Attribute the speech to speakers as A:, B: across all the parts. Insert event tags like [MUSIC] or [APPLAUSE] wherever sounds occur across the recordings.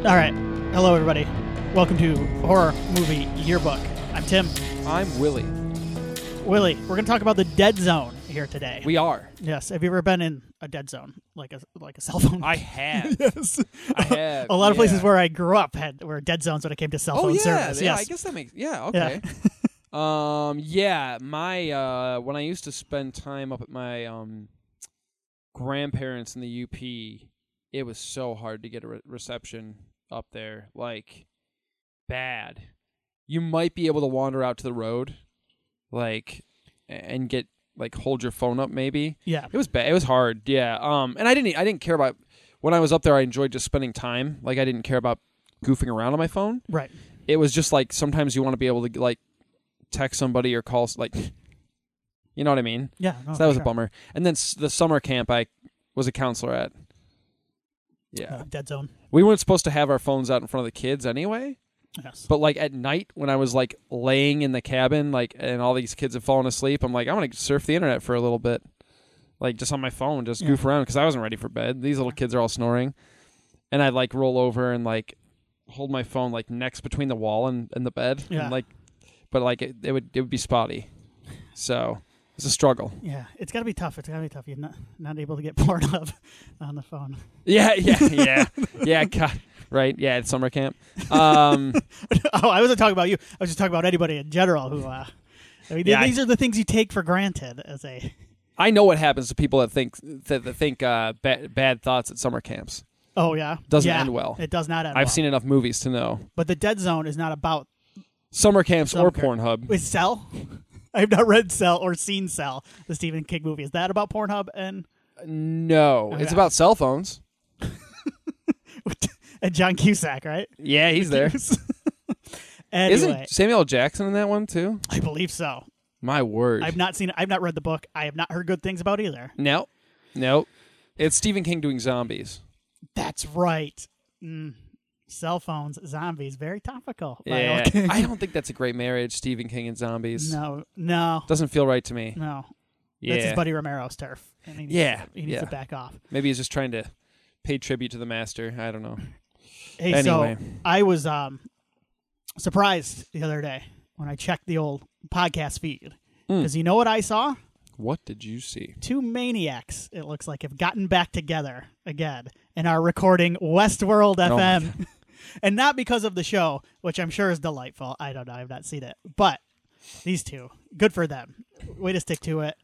A: All right. Hello, everybody. Welcome to Horror Movie Yearbook. I'm Tim.
B: I'm Willie.
A: Willie, we're going to talk about the dead zone here today.
B: We are.
A: yes. Have you ever been in a dead zone, like a like a cell phone? [LAUGHS]
B: I have.
A: yes.
B: I have.
A: a lot of places
B: yeah.
A: where I grew up had were dead zones when it came to cell
B: Oh
A: phone
B: yeah.
A: service.
B: Yeah.
A: yes.
B: I guess that makes. Yeah.
A: Yeah. [LAUGHS]
B: Okay. um. Yeah. My uh. When I used to spend time up at my um grandparents in the UP, it was so hard to get a re- reception up there. Like bad. You might be able to wander out to the road, like, a- and get like hold your phone up maybe.
A: yeah.
B: It was bad. It was hard. Yeah. Um. And I didn't. I didn't care about when I was up there. I enjoyed just spending time. Like I didn't care about goofing around on my phone.
A: Right.
B: It was just like sometimes you want to be able to like text somebody or call s- like, you know what I mean.
A: Yeah. no,
B: so that
A: Oh,
B: was
A: sure.
B: a bummer. And then s- the summer camp I was a counselor at. Yeah.
A: No, Uh, dead zone.
B: We weren't supposed to have our phones out in front of the kids anyway.
A: Yes.
B: But like at night when I was like laying in the cabin, like and all these kids have fallen asleep, I'm like, I'm gonna surf the internet for a little bit, like just on my phone, just
A: Yeah.
B: goof around because I wasn't ready for bed. These little kids are all snoring, and I like roll over and like hold my phone like next between the wall and, and the bed,
A: Yeah.
B: and, like, but like it, it would it would be spotty, so it's a struggle. [LAUGHS]
A: Yeah. It's got to be tough. It's got to be tough. You're not not able to get [LAUGHS] poured up on the phone. [LAUGHS]
B: Yeah, yeah, yeah, yeah. God, right? Yeah, it's summer camp. Um,
A: oh, I wasn't talking about you. I was just talking about anybody in general who. Uh, I mean,
B: Yeah,
A: these are the things you take for granted as a.
B: I know what happens to people that think that, that think uh, ba- bad thoughts at summer camps.
A: Oh yeah,
B: Doesn't
A: Yeah.
B: end well.
A: It does not end.
B: I've
A: well.
B: seen enough movies to know
A: but the dead zone is not about
B: summer camps
A: Summer
B: or
A: camp.
B: Pornhub.
A: is Cell. [LAUGHS] I have not read Cell or seen Cell, the Stephen King movie. Is that about Pornhub and
B: No,
A: Okay.
B: it's about cell phones.
A: and John Cusack, right?
B: Yeah,
A: [LAUGHS]
B: he's there.
A: anyway,
B: not Samuel L. Jackson in that one too?
A: I believe so.
B: My word.
A: I've not seen. I've not read the book. I have not heard good things about either.
B: no, no, it's Stephen King doing zombies.
A: That's right. Mm. Cell phones, zombies, very topical. Lyle
B: Yeah,
A: King.
B: I don't think that's a great marriage. Stephen King and zombies
A: [LAUGHS] No, no,
B: doesn't feel right to me.
A: no. That's
B: Yeah,
A: his buddy Romero's turf. And he needs,
B: Yeah,
A: He needs
B: yeah.
A: to back off.
B: maybe he's just trying to pay tribute to the master. I don't know.
A: Hey,
B: Anyway.
A: so I was um, surprised the other day when I checked the old podcast feed.
B: Hmm.
A: Because you know what I saw?
B: What did you see?
A: Two maniacs, it looks like, have gotten back together again and are recording Westworld
B: Oh
A: FM. [LAUGHS] and not because of the show, which I'm sure is delightful. I don't know. I've not seen it. But these two, good for them. Way to stick to it.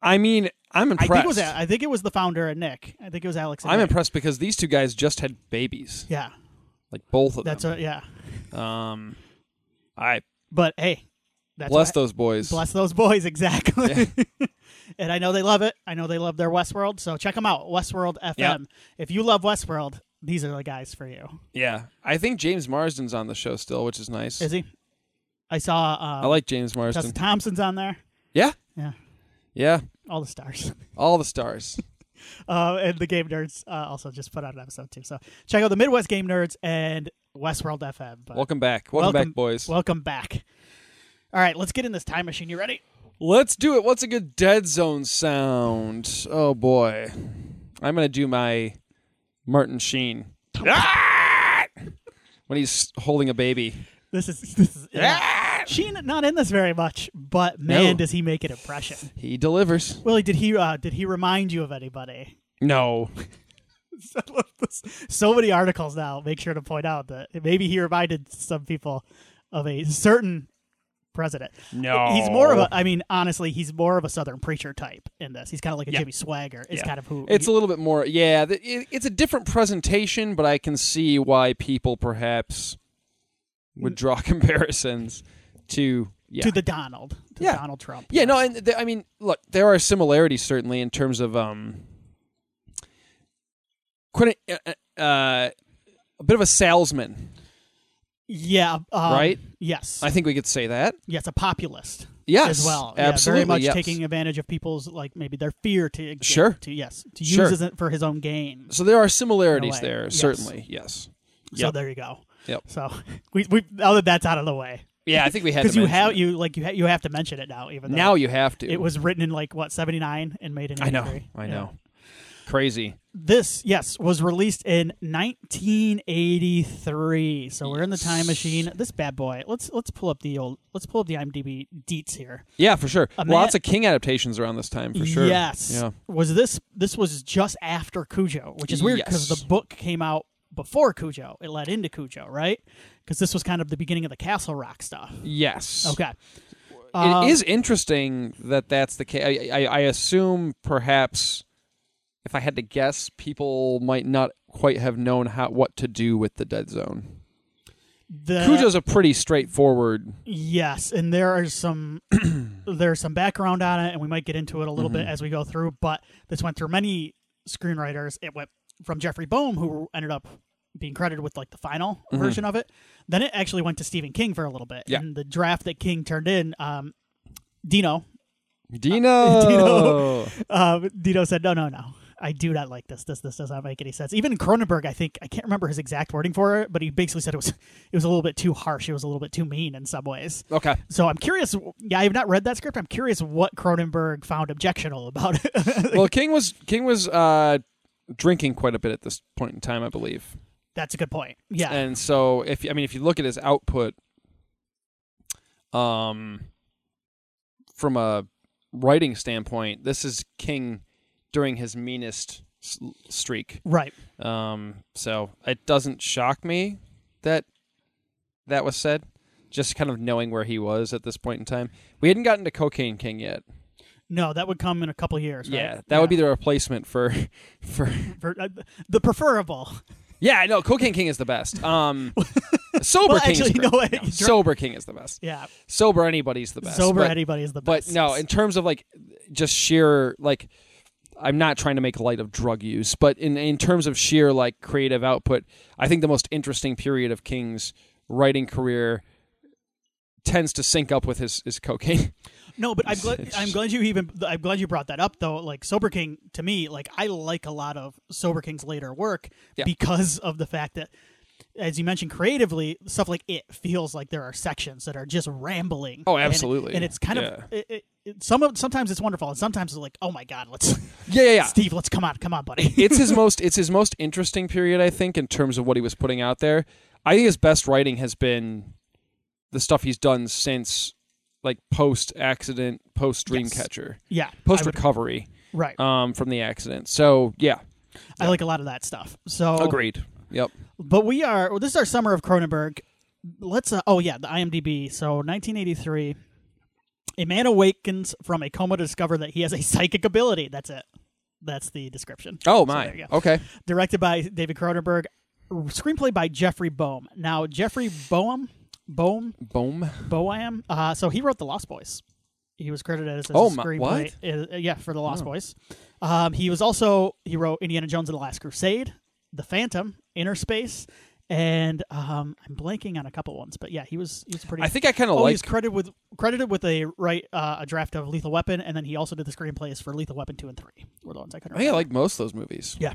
B: I mean,
A: I
B: I'm impressed.
A: think, it was, I think it was the founder and Nick. I think it was Alex and
B: I'm
A: Nick.
B: impressed because these two guys just had babies,
A: Yeah.
B: like both of
A: That's
B: them.
A: what, yeah.
B: um, I
A: But hey, that's
B: bless
A: what-
B: those boys.
A: bless those boys [LAUGHS] exactly. [LAUGHS] and I know they love it. I know they love their Westworld. So check them out, Westworld FM.
B: Yep.
A: If you love Westworld, these are the guys for you.
B: Yeah, I think James Marsden's on the show still, which is nice.
A: Is he? I saw
B: I
A: uh,
B: like James
A: Tessa
B: Marsden.
A: Thompson's on there.
B: Yeah,
A: Yeah,
B: yeah,
A: all the stars. [LAUGHS]
B: all the [LAUGHS] stars.
A: Uh, and the Game Nerds uh, also just put out an episode too. So check out the Midwest Game Nerds and Westworld FM. But
B: welcome back, welcome, back, boys.
A: Welcome back. All right, let's get in this time machine. You ready?
B: Let's do it. What's a good Dead Zone sound? Oh boy, I'm gonna do my Martin Sheen Ah! when he's holding a baby.
A: This is this is.
B: Ah!
A: Sheen not in this very much, but man,
B: No.
A: does he make an impression.
B: He delivers.
A: Willie, did he uh, did he remind you of anybody? [LAUGHS]
B: No,
A: I love this. so many articles now. Make sure to point out that maybe he reminded some people of a certain president.
B: no.
A: He's more of a. I mean, honestly, he's more of a Southern preacher type in this. He's kind of like a
B: Yeah.
A: Jimmy Swagger. Is
B: Yeah.
A: kind of who.
B: It's
A: he-
B: a little bit more, yeah. th- It, it's a different presentation, but I can see why people perhaps would draw [LAUGHS] comparisons to yeah,
A: to the Donald. To
B: Yeah.
A: Donald Trump.
B: yeah. No, and th- I mean, look, there are similarities certainly in terms of um, quite a, uh, uh, a bit of a salesman.
A: Yeah. Um,
B: Right?
A: Yes.
B: I think we could say that.
A: yes. A populist.
B: Yes,
A: as well. Yeah,
B: absolutely.
A: very much
B: yes.
A: taking advantage of people's like maybe their fear to get-
B: Sure.
A: to yes to
B: Sure.
A: use it for his own gain.
B: So there are similarities
A: way,
B: there,
A: yes.
B: certainly. Yes.
A: So
B: Yep.
A: there you go.
B: Yep.
A: So we we now that that's out of the way
B: Yeah, I
A: [LAUGHS]
B: think we had
A: because
B: to
A: you
B: mention
A: have
B: it.
A: you like you ha- you have to mention it now even though
B: now you have to.
A: it was written in like what seventy nine and made in
B: I know.
A: 83.
B: I
A: Yeah.
B: know. Crazy.
A: This, yes, was released in 1983. So we're in the time machine. This bad boy. Let's let's pull up the old. Let's pull up the IMDb deets here.
B: Yeah, for sure.
A: A
B: Lots
A: man-
B: of King adaptations around this time, for sure.
A: Yes.
B: Yeah.
A: Was this this was just after Cujo, which is weird because
B: Yes.
A: the book came out before Cujo. It led into Cujo, right? Because this was kind of the beginning of the Castle Rock stuff.
B: Yes.
A: Okay. Um,
B: It is interesting that that's the case. I, I, I assume perhaps, if I had to guess, people might not quite have known how what to do with the dead zone.
A: the,
B: Cujo's a pretty straightforward.
A: Yes, and there are
B: [CLEARS THROAT]
A: some there's some background on it, and we might get into it a little bit
B: Mm-hmm.
A: as we go through. But this went through many screenwriters. It went from Jeffrey Boehm, who ended up being credited with like the final version of it. Then it actually went to Stephen King for a little bit.
B: Mm-hmm. Yeah.
A: And the draft that King turned in, um, Dino,
B: Dino.
A: [LAUGHS] Dino. um, Dino said, "No, no, no." I do not like this. This this does not make any sense. Even Cronenberg, I think I can't remember his exact wording for it, but he basically said it was [LAUGHS] it was a little bit too harsh. It was a little bit too mean in some ways.
B: Okay.
A: So I'm curious. Yeah, I have not read that script. I'm curious what Cronenberg found objectionable about it. [LAUGHS]
B: Well, King was King was uh, drinking quite a bit at this point in time, I believe.
A: That's a good point. Yeah,
B: And so if I mean if you look at his output um from a writing standpoint, this is King during his meanest s- streak.
A: right.
B: Um so it doesn't shock me that that was said just kind of knowing where he was at this point in time. We hadn't gotten to Cocaine King yet.
A: No, that would come in a couple years.
B: Yeah,
A: right?
B: that would be the replacement for [LAUGHS] for
A: For- uh, the preferable.
B: Yeah, no, Cocaine King is the best. Um [LAUGHS] Sober
A: Well,
B: King
A: actually,
B: is great.
A: no, you dr-
B: Sober King is the best.
A: Yeah,
B: sober anybody's the best.
A: sober
B: but,
A: anybody is the
B: but
A: best.
B: no, in terms of like just sheer like I'm not trying to make light of drug use, but in in terms of sheer like creative output, I think the most interesting period of King's writing career tends to sync up with his his cocaine.
A: no, but I'm glad.
B: [LAUGHS]
A: I'm glad you even. I'm glad you brought that up though. Like Sober King to me, like I like a lot of Sober King's later work
B: Yeah.
A: because of the fact that. As you mentioned, creatively stuff like it feels like there are sections that are just rambling.
B: Oh,
A: And-
B: absolutely.
A: and, it's kind
B: Yeah.
A: of it, it, it, some of sometimes it's wonderful, and sometimes it's like, oh my god, let's
B: [LAUGHS] Yeah, yeah, yeah.
A: [LAUGHS] Steve, let's come on, come on, buddy.
B: it's his most it's his most interesting period, I think, in terms of what he was putting out there. I think his best writing has been the stuff he's done since like post accident, post Dreamcatcher,
A: [LAUGHS] yeah,
B: post
A: I would-
B: recovery.
A: right.
B: um, from the accident. So yeah,
A: I like a lot of that stuff. So,
B: agreed. Yep.
A: but we are. Well, this is our summer of Cronenberg. Let's. Uh, oh yeah, the IMDb. So 1983, a man awakens from a coma to discover that he has a [LAUGHS] psychic ability. That's it. That's the description.
B: Oh
A: there
B: my.
A: you go.
B: Okay.
A: Directed by David Cronenberg. Screenplay by Jeffrey Boehm. Now Jeffrey Boehm, Boehm,
B: Boom.
A: Boam. Uh, so he wrote The Lost Boys. He was credited as a
B: Oh, my-
A: screenplay.
B: what? Oh.
A: uh, yeah, for The Lost Boys. Um, he was also he wrote Indiana Jones and the Last Crusade, The Phantom, Inner Space, and um, I'm blanking on a couple ones, but yeah, he was he was pretty.
B: I think I kind of
A: oh,
B: like.
A: he's credited with credited with a right uh, a draft of Lethal Weapon, and then he also did the screenplays for Lethal Weapon two and three. Were the ones I couldn't.
B: I think I
A: Remember.
B: like most of those movies.
A: yeah.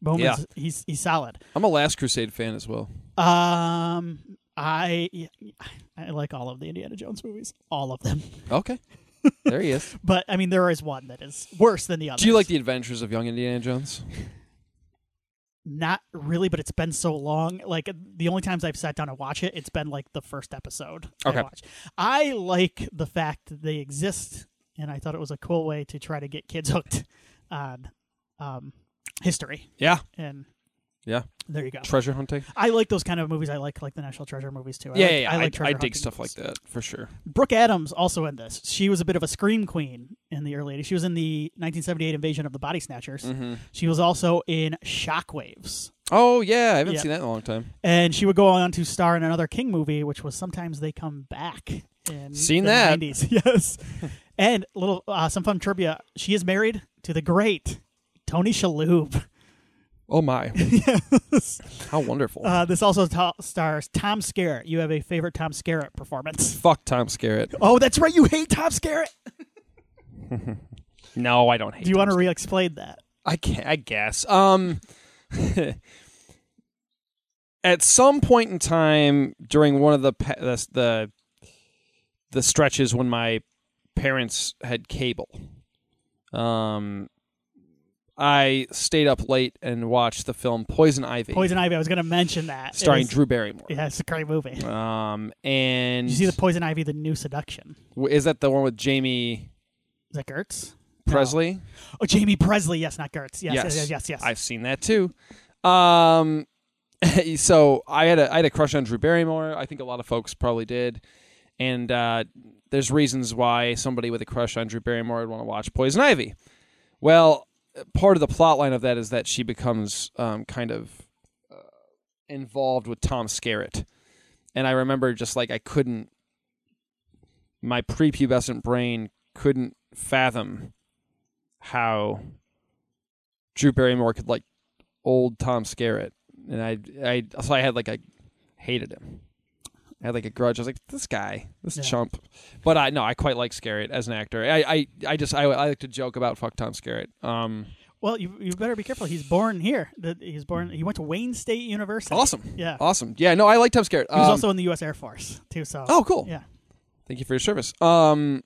A: Bowman's
B: Yeah.
A: he's he's solid.
B: I'm a Last Crusade fan as well.
A: Um, I I like all of the Indiana Jones movies, all of them.
B: [LAUGHS] Okay. There he is.
A: But I mean, there is one that is worse than the other.
B: Do you like the Adventures of Young Indiana Jones?
A: Not really, but it's been so long. Like the only times I've sat down and watch it, it's been like the first episode. I
B: Okay.
A: watched. I like the fact that they exist, and I thought it was a cool way to try to get kids hooked on um, history.
B: Yeah.
A: And
B: Yeah.
A: there you go.
B: Treasure hunting.
A: I like those kind of movies. I like like the National Treasure movies too. I
B: yeah,
A: like,
B: yeah, yeah.
A: I,
B: I,
A: like
B: I,
A: treasure hunting
B: dig stuff
A: movies.
B: like that for sure.
A: Brooke Adams also in this. She was a bit of a scream queen in the early 80s. She was in the 1978 invasion of the Body Snatchers.
B: Mm-hmm.
A: She was also in Shockwaves.
B: Oh yeah, I haven't
A: Yeah.
B: seen that in a long time.
A: And she would go on to star in another King movie, which was Sometimes They Come Back. In
B: Seen
A: the
B: that.
A: 90s. [LAUGHS] Yes. and little uh, some fun trivia. She is married to the great Tony Shalhoub.
B: Oh my,
A: yes.
B: [LAUGHS] how wonderful.
A: Uh, this also ta- stars Tom Skerritt. You have a favorite Tom Skerritt performance.
B: Fuck Tom Skerritt.
A: Oh, that's right. You hate Tom Skerritt.
B: No, I don't hate.
A: Do you want to re-explain that?
B: I can I guess. Um [LAUGHS] at some point in time during one of the pa- the the, the stretches when my parents had cable. Um I stayed up late and watched the film Poison Ivy,
A: Poison Ivy. I was going to mention that. It
B: starring
A: was-
B: Drew Barrymore.
A: Yeah, it's a great movie. Did
B: Um, and
A: you see the Poison Ivy, the new seduction?
B: w- is that the one with Jamie
A: Is that Gertz? No.
B: Presley?
A: Oh, Jamie Presley. Yes, not Gertz. Yes,
B: Yes.
A: yes, yes, yes. yes.
B: I've seen that too. Um, [LAUGHS] so I had a I had a crush on Drew Barrymore. I think a lot of folks probably did, and uh, there's reasons why somebody with a crush on Drew Barrymore would want to watch Poison Ivy. Well, part of the plot line of that is that she becomes um, kind of uh, involved with Tom Skerritt, and I remember just like I couldn't, my prepubescent brain couldn't fathom how Drew Barrymore could like old Tom Skerritt, and I, I so I had like I hated him. I had like a grudge. I was like, this guy, this
A: Yeah.
B: chump. But I no, I quite like Skerritt as an actor. I, I, I just I, I like to joke about fuck Tom Skerritt. Um,
A: well, you, you better be careful. He's born here. The- He's born. He went to Wayne State University.
B: awesome,
A: Yeah.
B: awesome, yeah. No, I like Tom Skerritt.
A: He was
B: Um,
A: also in the U.S. Air Force too. So.
B: oh, cool.
A: Yeah.
B: Thank you for your service. Um,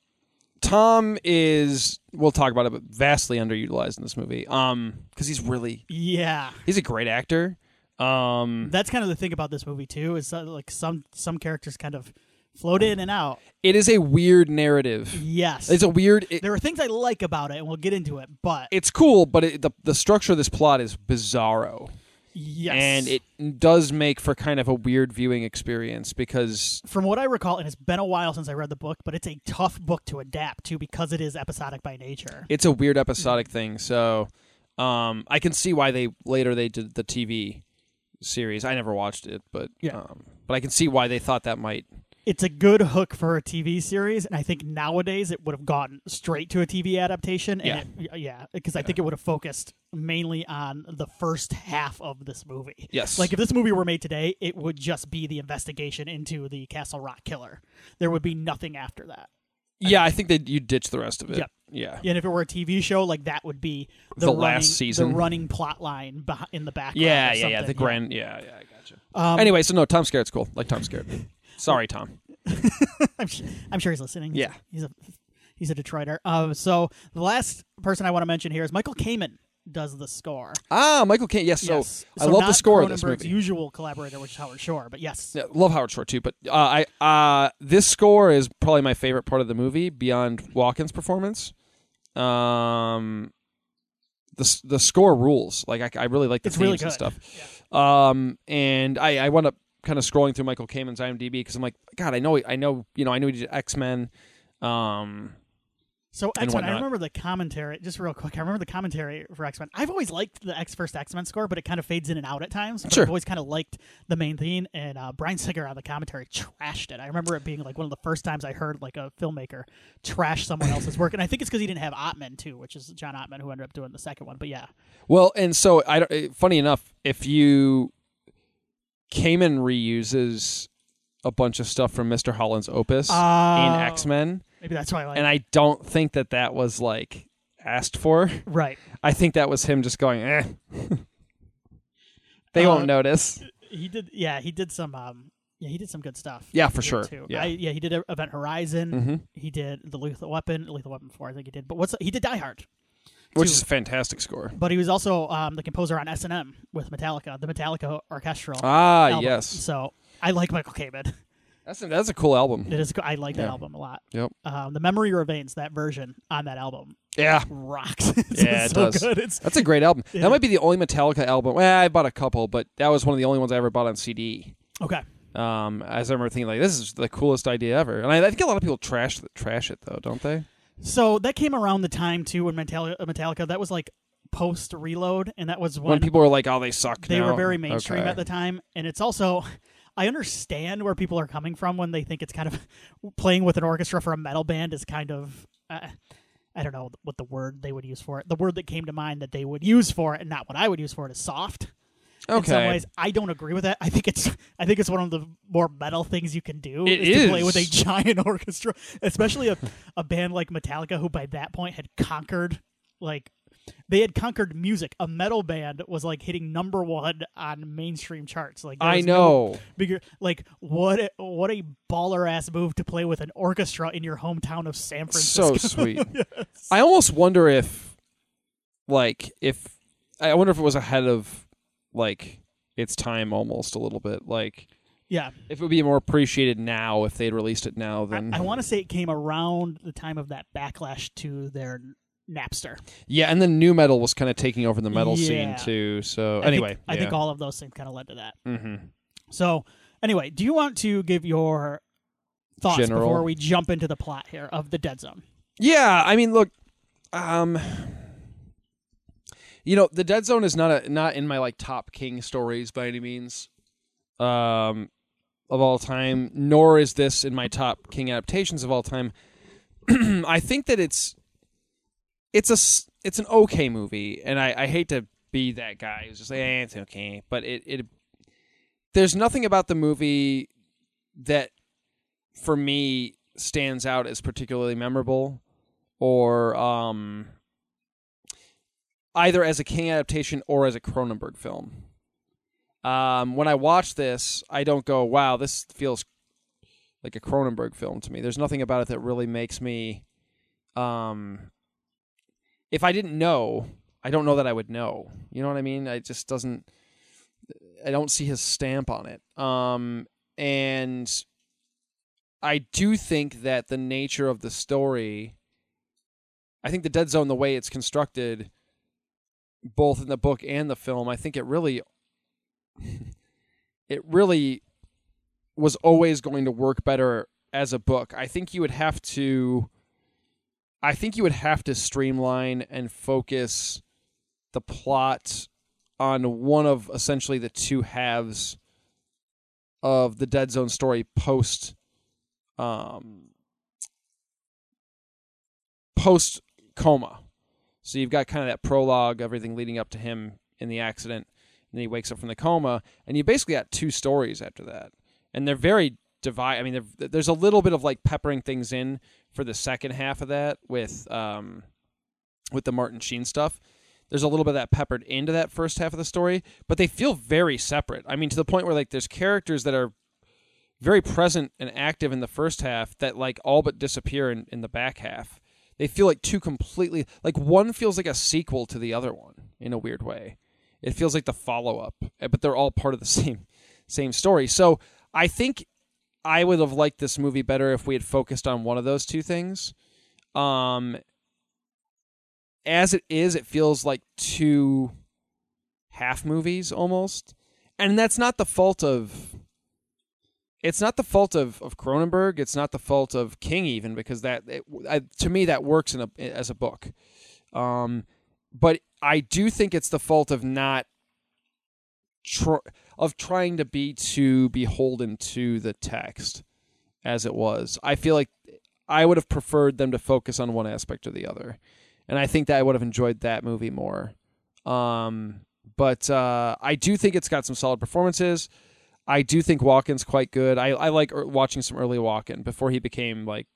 B: Tom is we'll talk about it, but vastly underutilized in this movie. Um, because he's really
A: Yeah.
B: he's a great actor. Um,
A: That's kind of the thing about this movie too. Is uh, like some some characters kind of float in and out.
B: it is a weird narrative.
A: Yes.
B: It's a weird. it-
A: there are things I like about it, and we'll get into it. But
B: it's cool, but it, the the structure of this plot is bizarro,
A: yes,
B: and it does make for kind of a weird viewing experience because
A: from what I recall, and it's been a while since I read the book, but it's a tough book to adapt to because it is episodic by nature.
B: it's a weird episodic thing. So, um, I can see why they later they did the TV series. I never watched it, but
A: Yeah.
B: um, but I can see why they thought that might.
A: It's a good hook for a TV series, and I think nowadays it would have gone straight to a TV adaptation. And yeah, it, yeah, because I think it would have focused mainly on the first half of this movie.
B: Yes,
A: Like if this movie were made today, it would just be the investigation into the Castle Rock killer. There would be nothing after that.
B: yeah, I think that you ditch the rest of it.
A: Yep.
B: Yeah,
A: And if it were a TV show, like that would be the,
B: The
A: running,
B: last season.
A: the running plot line behi- in the background.
B: yeah,
A: or
B: yeah, yeah.
A: something.
B: The grand, yeah, yeah. I gotcha.
A: Um,
B: anyway, so no, Tom Skerritt's cool. Like
A: [LAUGHS]
B: Tom Skerritt. Sorry, Tom.
A: I'm, su- I'm sure he's listening.
B: Yeah.
A: he's a he's a Detroiter. Um, so the last person I want to mention here is Michael Kamen does the score.
B: Ah, Michael Caine. Yes, so
A: yes.
B: I love the
A: not
B: score of this
A: Cronenberg's
B: movie.
A: Usual collaborator, which is Howard Shore, but yes,
B: Yeah, love Howard Shore too, but uh, I uh, this score is probably my favorite part of the movie beyond Walken's performance. Um, the s- the score rules. Like I, I really like the
A: It's
B: themes
A: really
B: and
A: good.
B: stuff. Um, and I I wound up kind of scrolling through Michael Kamen's IMDb because I'm like, God, I know I know you know I knew he did X Men. Um,
A: So
B: and
A: X Men, I
B: whatnot.
A: remember the commentary. Just real quick, I remember the commentary for X Men. I've always liked the X first X Men score, but it kind of fades in and out at times. But
B: Sure.
A: I've always kind of liked the main theme, and uh, Brian Singer on the commentary trashed it. I remember it being like one of the first times I heard like a filmmaker trash someone else's work, and I think it's because he didn't have Ottman too, which is John Ottman who ended up doing the second one. But yeah,
B: Well, and so I don't. eh, Funny enough, if you Kamen reuses a bunch of stuff from Mister Holland's Opus in
A: Oh.
B: X Men,
A: maybe that's why I like.
B: and I don't think that that was like asked for.
A: right.
B: I think that was him just going, eh. they
A: Uh,
B: won't notice.
A: He did. Yeah, he did some. Um, yeah, he did some good stuff.
B: Yeah, for
A: He did,
B: sure.
A: too.
B: Yeah.
A: I, yeah, he did E-, Event Horizon.
B: hmm
A: He did the Lethal Weapon, Lethal Weapon Four, I think he did. But what's he did Die Hard.
B: Which
A: Two.
B: is a fantastic score.
A: but he was also um, the composer on S and M with Metallica, the Metallica orchestral.
B: Ah,
A: album.
B: yes,
A: So I like Michael Kamen.
B: that's a, that's a cool album.
A: It is. I like that
B: Yeah.
A: album a lot.
B: Yep.
A: Um, the Memory Remains, that version on that album
B: Yeah,
A: rocks. [LAUGHS] it's
B: Yeah, it
A: so
B: does.
A: good. It's
B: that's a great album.
A: Yeah.
B: That might be the only Metallica album. Well, I bought a couple, but that was one of the only ones I ever bought on CD.
A: okay.
B: Um, as I remember thinking, like, this is the coolest idea ever, and I, I think a lot of people trash trash it though, don't they?
A: So that came around the time too when Metallica. Metallica that was like post Reload, and that was
B: When, people are like, "Oh, they suck,"
A: they
B: now.
A: were very mainstream
B: Okay.
A: at the time and it's also [LAUGHS] i understand where people are coming from when they think it's kind of [LAUGHS] playing with an orchestra for a metal band is kind of uh, i don't know what the word they would use for it the word that came to mind that they would use for it and not what i would use for it is soft in some
B: Okay.
A: ways i don't agree with that i think it's i think it's one of the more metal things you can do
B: It
A: is to play
B: is.
A: with a [LAUGHS] giant orchestra especially a, a band like metallica who by that point had conquered like they had conquered music a metal band was like hitting number one on mainstream charts like there
B: I
A: was no
B: know.
A: bigger like what a, what a baller ass move to play with an orchestra in your hometown of san francisco
B: So sweet. I almost wonder if, like if I wonder if it was ahead of like its time almost a little bit. Like
A: [LAUGHS] Yeah,
B: if it would be more appreciated now if they'd released it now then
A: I, want to say it came around the time of that backlash to their Napster.
B: Yeah, and then new metal was kind of taking over the metal
A: Yeah.
B: scene too. So
A: I
B: anyway,
A: think, I think all of those things kind of led to that.
B: hmm
A: So anyway, do you want to give your thoughts
B: General.
A: before we jump into the plot here of the Dead Zone?
B: Yeah, I mean, look, um, you know, the Dead Zone is not a not in my like top King stories by any means, um, of all time. Nor is this in my top King adaptations of all time. [CLEARS THROAT] I think that it's it's a s- it's an okay movie, and I, I hate to be that guy who's just like eh, it's okay, but it it there's nothing about the movie that for me stands out as particularly memorable or um either as a King adaptation or as a Cronenberg film. Um when I watch this, I don't go, wow, this feels like a Cronenberg film to me. There's nothing about it that really makes me um if I didn't know, I don't know that I would know. You know what I mean? I just doesn't I don't see his stamp on it. Um and I do think that the nature of the story, I think the Dead Zone, the way it's constructed, both in the book and the film, I think it really, [LAUGHS] it really was always going to work better as a book. I think you would have to, I think you would have to streamline and focus the plot on one of essentially the two halves of the Dead Zone story post um, post coma. So you've got kind of that prologue, everything leading up to him in the accident, and then he wakes up from the coma, and you basically got two stories after that, and they're very divide. I mean, they're- there's a little bit of like peppering things in for the second half of that with um, with the Martin Sheen stuff. There's a little bit of that peppered into that first half of the story, but they feel very separate. I mean, to the point where like there's characters that are very present and active in the first half that like all but disappear in, in the back half. They feel like two completely like one feels like a sequel to the other one in a weird way. It feels like the follow up, but they're all part of the [LAUGHS] same same story. So I think I would have liked this movie better if we had focused on one of those two things. Um as it is, it feels like two half movies almost. And that's not the fault of it's not the fault of, of Cronenberg. It's not the fault of King even because that it, I, to me that works in a as a book. Um, but I do think it's the fault of not tr- of trying to be too beholden to the text as it was. I feel like I would have preferred them to focus on one aspect or the other, and I think that I would have enjoyed that movie more. Um, but uh, I do think it's got some solid performances. I do think Walken's quite good. I, I like er, watching some early Walken before he became like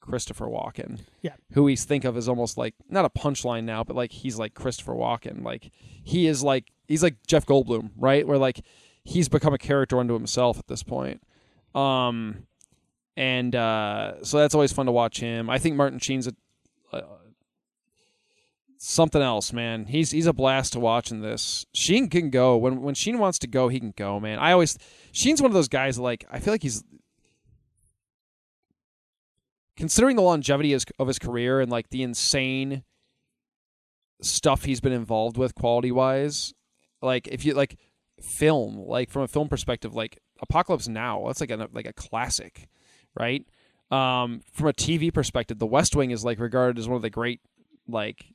B: Christopher Walken.
A: Yeah.
B: Who we think of as almost like not a punchline now, but like he's like Christopher Walken. Like he is like he's like Jeff Goldblum, right? Where like he's become a character unto himself at this point. Um and uh so that's always fun to watch him. I think Martin Sheen's a, uh, something else, man. He's he's a blast to watch in this. Sheen can go when when Sheen wants to go, he can go, man. I always Sheen's one of those guys like I feel like he's considering the longevity is- of his career and like the insane stuff he's been involved with quality wise. Like if you like film, like from a film perspective, like Apocalypse Now, that's like a like a classic, right? Um, from a TV perspective, The West Wing is like regarded as one of the great like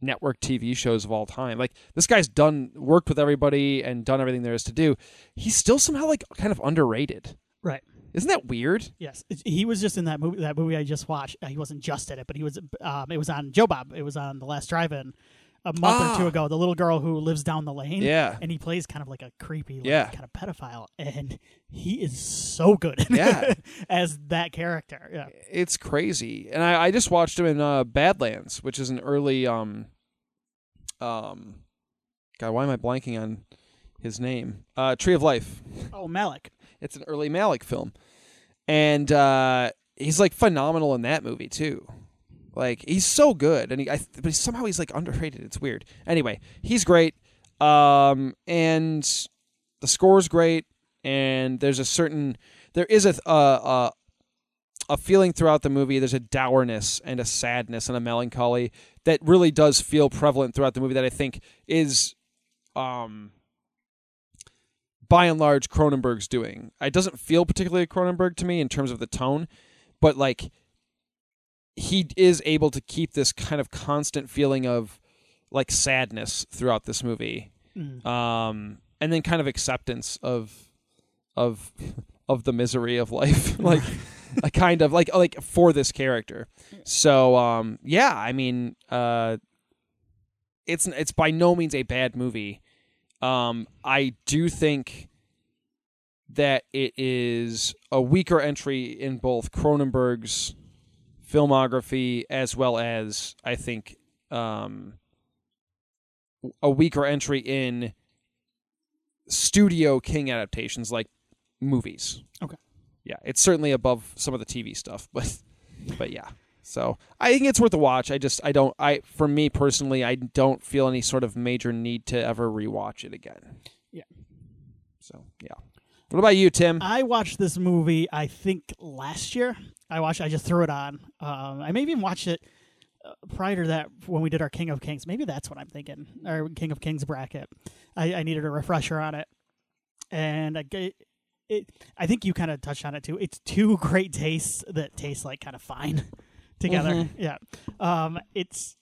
B: network TV shows of all time. Like this guy's done worked with everybody and done everything there is to do. He's still somehow like kind of underrated.
A: Right.
B: Isn't that weird?
A: Yes, It's- he was just in that movie. That movie I just watched. Uh, He wasn't just in it, but he was. Um, it was on Joe Bob. It was on the Last Drive-In a month
B: Ah.
A: or two ago. The little girl who lives down the lane.
B: Yeah.
A: and he plays kind of like a creepy, like,
B: Yeah.
A: kind of pedophile, and he is so good in it
B: Yeah.
A: [LAUGHS] as that character. Yeah,
B: it's crazy. And I, I just watched him in uh, Badlands, which is an early um um God, why am I blanking on his name? Uh Tree of Life.
A: oh Malik.
B: It's an early Malik film. And uh he's like phenomenal in that movie too. Like he's so good, and he, I, th- but somehow he's like underrated. It's weird. Anyway, he's great, um, and the score's great, and there's a certain there is a th- a, a a feeling throughout the movie. There's a dourness and a sadness and a melancholy that really does feel prevalent throughout the movie. That I think is, um, by and large, Cronenberg's doing. It doesn't feel particularly Cronenberg to me in terms of the tone, but like he is able to keep this kind of constant feeling of like sadness throughout this movie,
A: Mm.
B: um, and then kind of acceptance of of [LAUGHS] of the misery of life, [LAUGHS] like a kind of like like for this character. So um, yeah, I mean, uh, it's it's by no means a bad movie. Um, I do think that it is a weaker entry in both Cronenberg's filmography as well as I think um, a weaker entry in studio King adaptations like movies.
A: Okay.
B: Yeah, it's certainly above some of the TV stuff, [LAUGHS] but but yeah. So I think it's worth a watch. I just I don't I for me personally I don't feel any sort of major need to ever rewatch it again.
A: Yeah. Uh,
B: So yeah. What about you, Tim?
A: I watched this movie, I think last year. I watched. I just threw it on. Um, I maybe even watched it uh, prior to that when we did our King of Kings. Maybe that's what I'm thinking. Our King of Kings bracket. I, I needed a refresher on it, and I, g- it, I think you kind of touched on it too. It's two [LAUGHS] great tastes that taste like kind of fine together.
B: Mhm.
A: Yeah. Um, it's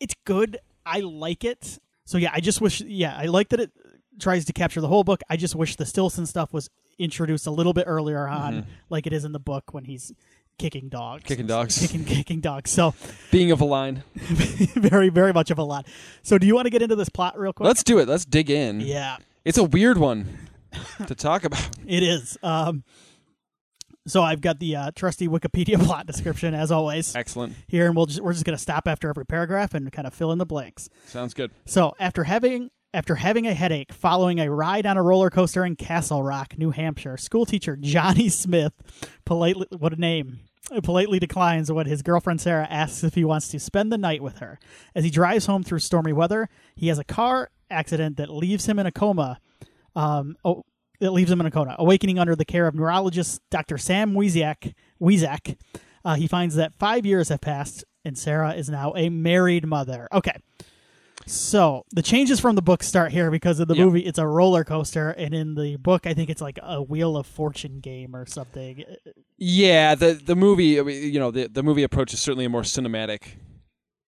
A: it's good. I like it. So yeah, I just wish. Yeah, I like that it tries to capture the whole book. I just wish the Stilson stuff was introduced a little bit earlier on,
B: Mm-hmm.
A: like it is in the book when he's kicking dogs,
B: Kicking dogs.
A: [LAUGHS] kicking kicking dogs. So [LAUGHS]
B: Being of a line.
A: very very much of a lot. So do you want to get into this plot real quick?
B: Let's do it. Let's dig in.
A: yeah.
B: It's a weird [LAUGHS] one to talk about.
A: It is. Um, so I've got the uh, trusty Wikipedia [LAUGHS] plot description as always
B: Excellent.
A: here, and we'll just, we're just going to stop after every paragraph and kind of fill in the blanks.
B: Sounds good.
A: So after having after having a headache following a ride on a roller coaster in Castle Rock, New Hampshire, schoolteacher Johnny Smith politely what a name politely declines when his girlfriend Sarah asks if he wants to spend the night with her. As he drives home through stormy weather, he has a car accident that leaves him in a coma. Um, oh, that leaves him in a coma, awakening under the care of neurologist Dr. Sam Wiesiak. Wiesiak. Uh, he finds that five years have passed and Sarah is now a married mother. Okay. So the changes from the book start here because in the
B: Yeah.
A: movie it's a roller coaster, and in the book I think it's like a Wheel of Fortune game or something.
B: Yeah, the the movie, I mean, you know, the the movie approach is certainly a more cinematic.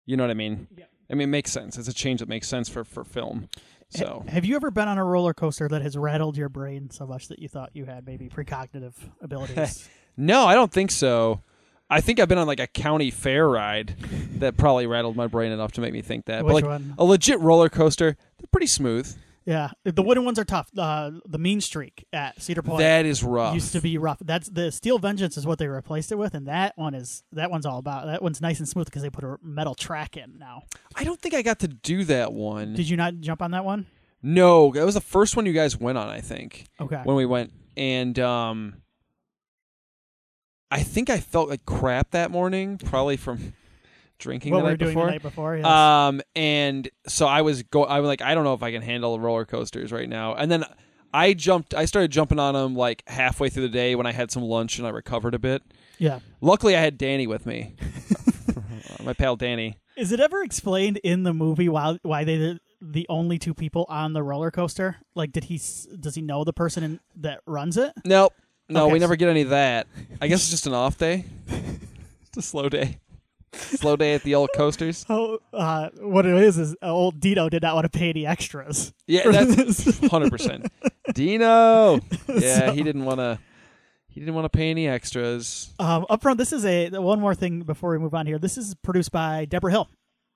B: You know what I mean?
A: Yeah. Eh,
B: I mean, it makes sense. It's a change that makes sense for for film. So
A: Have you ever been on a roller coaster that has rattled your brain so much that you thought you had maybe precognitive
B: [LAUGHS]
A: abilities?
B: no, I don't think so. I think I've been on like a county fair ride that probably rattled my brain enough to make me think that. but
A: Which
B: like
A: one?
B: a legit roller coaster, they're pretty smooth.
A: yeah, the wooden ones are tough. Uh, the Mean Streak at Cedar Point
B: that is rough.
A: used to be rough. That's the Steel Vengeance is what they replaced it with, and that one is that one's all about that one's nice and smooth because they put a metal track in now.
B: I don't think I got to do that one.
A: Did you not jump on that one?
B: no, that was the first one you guys went on, I think.
A: Okay.
B: when we went and um I think I felt like crap that morning, probably from drinking
A: what
B: the
A: we were
B: night
A: doing
B: before.
A: the night before. Yes.
B: Um and so I was go I was like I don't know if I can handle roller coasters right now. And then I jumped I started jumping on them like halfway through the day when I had some lunch and I recovered a bit.
A: yeah.
B: Luckily I had Danny with me.
A: [LAUGHS]
B: My pal Danny.
A: Is it ever explained in the movie why why they the, the only two people on the roller coaster? Like, did he s- does he know the person in, that runs it?
B: Nope. No,
A: Okay.
B: we never get any of that. I guess it's just an off day. [LAUGHS] It's a slow day. Slow day at the old coasters.
A: Oh, uh, what it is is old Dito did not want to pay any extras.
B: Yeah,
A: for
B: that's
A: this. [LAUGHS]
B: hundred percent. Dino. Yeah, he didn't want to. He didn't want to pay any extras.
A: Um, up front, this is a one more thing before we move on here. This is produced by Deborah Hill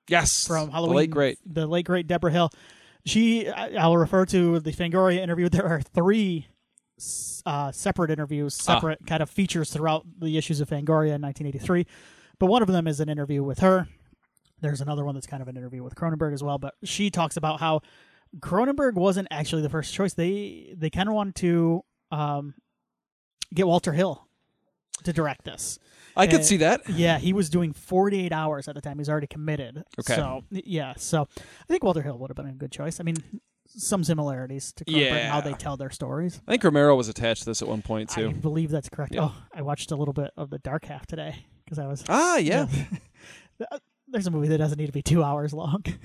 B: Yes,
A: from
B: The
A: Halloween.
B: late great.
A: the late great Deborah Hill. She, I, I'll refer to the Fangoria interview. There are three s- uh, separate interviews,
B: Ah.
A: separate kind of features throughout the issues of Fangoria in 1983. But one of them is an interview with her. There's another one that's kind of an interview with Cronenberg as well. But she talks about how Cronenberg wasn't actually the first choice. They they kind of wanted to um, get Walter Hill to direct this.
B: I could
A: Uh,
B: see that.
A: Yeah, he was doing 48 hours at the time. He was already committed.
B: Okay.
A: So, yeah. So, I think Walter Hill would have been a good choice. I mean, some similarities to Cooper and how
B: Yeah.
A: they tell their stories.
B: I think Romero was attached to this at one point
A: I
B: too.
A: believe that's correct.
B: Yeah.
A: Oh, I watched a little bit of the Dark Half today because I was.
B: ah, yeah.
A: Yeah. There's a movie that doesn't need to be two hours long. [LAUGHS]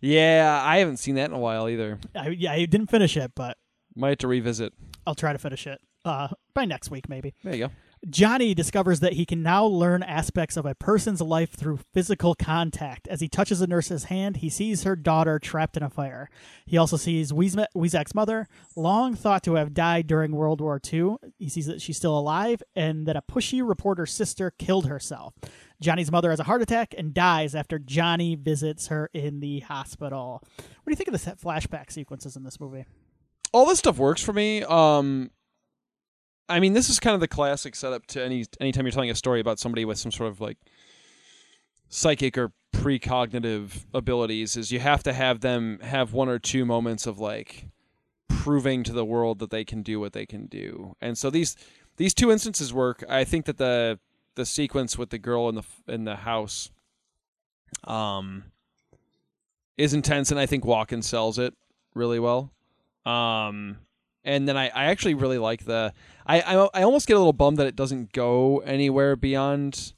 B: Yeah, I haven't seen that in a while either.
A: I, yeah, I didn't finish it, but
B: Might have to revisit.
A: I'll try to finish it uh, by next week, maybe.
B: There you go.
A: Johnny discovers that he can now learn aspects of a person's life through physical contact. As he touches the nurse's hand, he sees her daughter trapped in a fire. He also sees Wiesma- Wiesack's mother, long thought to have died during World War II. He sees that she's still alive and that a pushy reporter's sister killed herself. Johnny's mother has a heart attack and dies after Johnny visits her in the hospital. What do you think of the set flashback sequences in this movie?
B: All this stuff works for me. Um, I mean, this is kind of the classic setup to any anytime you're telling a story about somebody with some sort of like psychic or precognitive abilities is you have to have them have one or two moments of like proving to the world that they can do what they can do. And so these these two instances work. I think that the the sequence with the girl in the f- in the house um is intense and I think Walken sells it really well. Um and then I, I actually really like the I, I I almost get a little bummed that it doesn't go anywhere beyond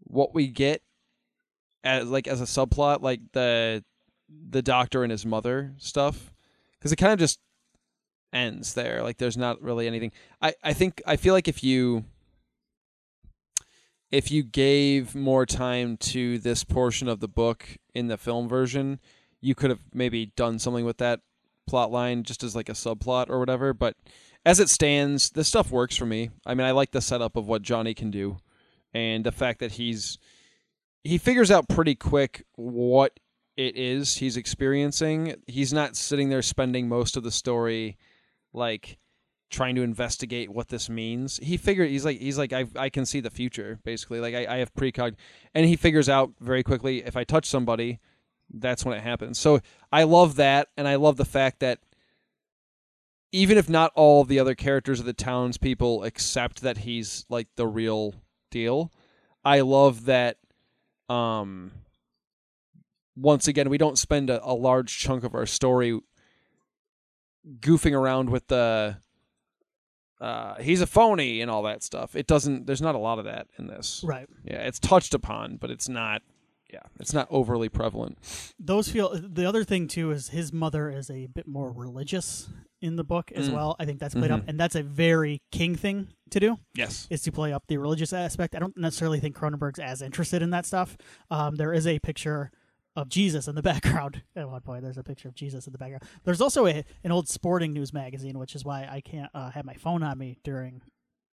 B: what we get as like as a subplot like the the doctor and his mother stuff because it kind of just ends there like there's not really anything I I think I feel like if you if you gave more time to this portion of the book in the film version you could have maybe done something with that plot line just as like a subplot or whatever but as it stands this stuff works for me i mean i like the setup of what johnny can do and the fact that he's he figures out pretty quick what it is he's experiencing he's not sitting there spending most of the story like trying to investigate what this means he figured he's like he's like i i can see the future basically like i, I have precog and he figures out very quickly if i touch somebody that's when it happens so I love that, and I love the fact that even if not all of the other characters of the townspeople accept that he's like the real deal, I love that. Um, once again, we don't spend a, a large chunk of our story goofing around with the uh, he's a phony and all that stuff. It doesn't. There's not a lot of that in this.
A: Right.
B: Yeah, it's touched upon, but it's not. Yeah, it's not overly prevalent.
A: those feel the other thing too is his mother is a bit more religious in the book as
B: Mm.
A: well i think that's played up and that's a very king thing to do
B: Yes.
A: is to play up the religious aspect i don't necessarily think cronenberg's as interested in that stuff um, there is a picture of jesus in the [LAUGHS] background at one point there's a picture of jesus in the background there's also a, an old sporting news magazine which is why i can't uh, have my phone on me during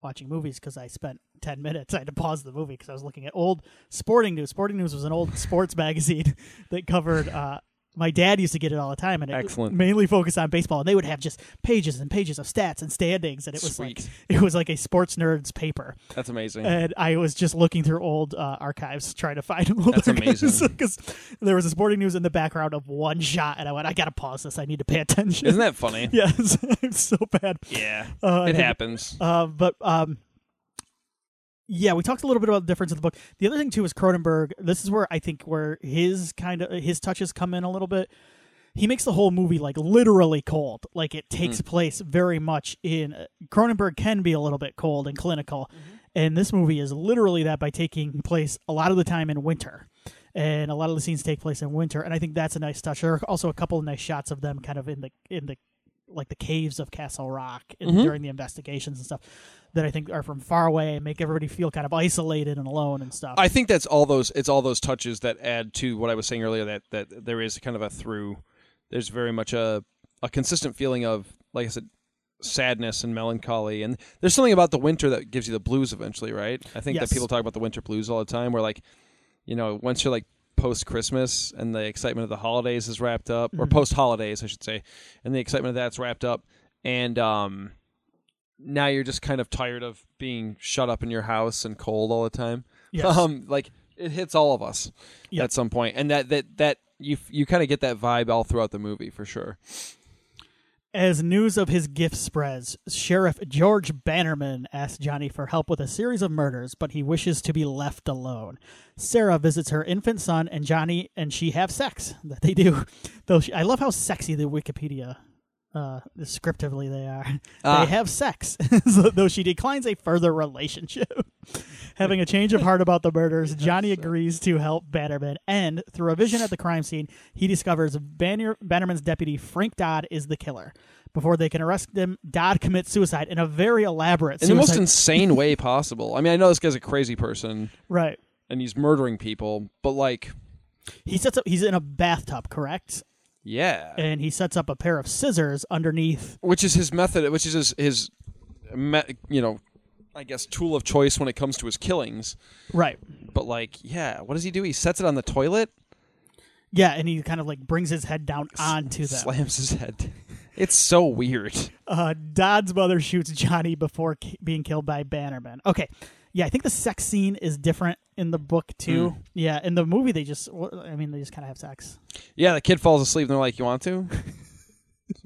A: watching movies because I spent 10 [LAUGHS] minutes. I had to pause the movie because I was looking at old sporting news. Sporting news was an old sports [LAUGHS] magazine that covered. Uh, my dad used to get it all the time, and it
B: Excellent.
A: mainly focused on baseball. And they would have just pages and pages of stats and standings, and it was
B: Sweet. Hmm.
A: like [LAUGHS] it was like a sports nerd's paper.
B: That's amazing.
A: And I was just looking through old uh, archives trying to find old
B: That's amazing.
A: because there was a sporting news in the background of one shot, and I went, I gotta pause this. I need to pay attention.
B: Isn't that funny?
A: [LAUGHS] yes, I'm so bad.
B: [LAUGHS] Yeah.
A: Uh, I
B: it
A: think-
B: happens.
A: Uh, but um, yeah, we talked a little bit about the difference of the book. The other thing too is Cronenberg. This is where I think where his kind of his touches come in a little bit. He makes the whole movie like literally cold. Like it takes
B: Hmm.
A: place very much in uh, Cronenberg can be a little bit cold and clinical,
B: Mm-hmm.
A: and this movie is literally that by taking place a lot of the time in winter. And a lot of the scenes take place in winter, and I think that's a nice touch. There are also a couple of nice shots of them kind of in the in the like the caves of Castle Rock in,
B: Mhm.
A: during the investigations and stuff that I think are from far away and make everybody feel kind of isolated and alone and stuff.
B: I think that's all those. It's all those touches that add to what I was saying earlier. That that there is kind of a through. There's very much a a consistent feeling of, like I said, sadness and melancholy. And there's something about the winter that gives you the blues eventually, right? I think
A: Yes.
B: that people talk about the winter blues all the time. Where like, you know, once you're like post Christmas and the excitement of the holidays is wrapped up, or
A: Mhm.
B: post holidays, I should say, and the excitement of that's wrapped up, and um. Now you're just kind of tired of being shut up in your house and cold all the time.
A: Yes.
B: Um, like it hits all of us
A: Yeah.
B: at some point, and that that that you you kind of get that vibe all throughout the movie for sure.
A: As news of his gift spreads, Sheriff George Bannerman asks Johnny for help with a series of murders, but he wishes to be left alone. Sarah visits her infant son, and Johnny and she have sex. That they do. [LAUGHS] Though she, I love how sexy the Wikipedia uh, descriptively they are.
B: Ah.
A: They have sex, [LAUGHS] so, though she declines a further relationship. Having a change of heart about the
B: [LAUGHS]
A: murders, Johnny agrees to help Bannerman, and through a vision at the crime scene, he discovers Banner- Bannerman's deputy Frank Dodd is the killer. Before they can arrest him, Dodd commits suicide in a very elaborate
B: in the most
A: suicide. [LAUGHS]
B: insane way possible. I mean, I know this guy's a crazy person
A: right.
B: and he's murdering people, but like,
A: He sets up. He's in a bathtub, correct?
B: yeah,
A: And he sets up a pair of scissors underneath.
B: which is his method, which is his his, me, you know, I guess tool of choice when it comes to his killings.
A: Right.
B: But like, yeah, what does he do? He sets it on the toilet,
A: Yeah, and he kind of like brings his head down onto them.
B: slams his head. [LAUGHS] It's so weird.
A: uh, Dodd's mother shoots Johnny before ki- being killed by Bannerman. Okay, yeah, I think the sex scene is different in the book too.
B: Mm.
A: Yeah, in the movie they just, wh- I mean, they just kind of have sex,
B: Yeah, the kid falls asleep and they're like, "You want to?"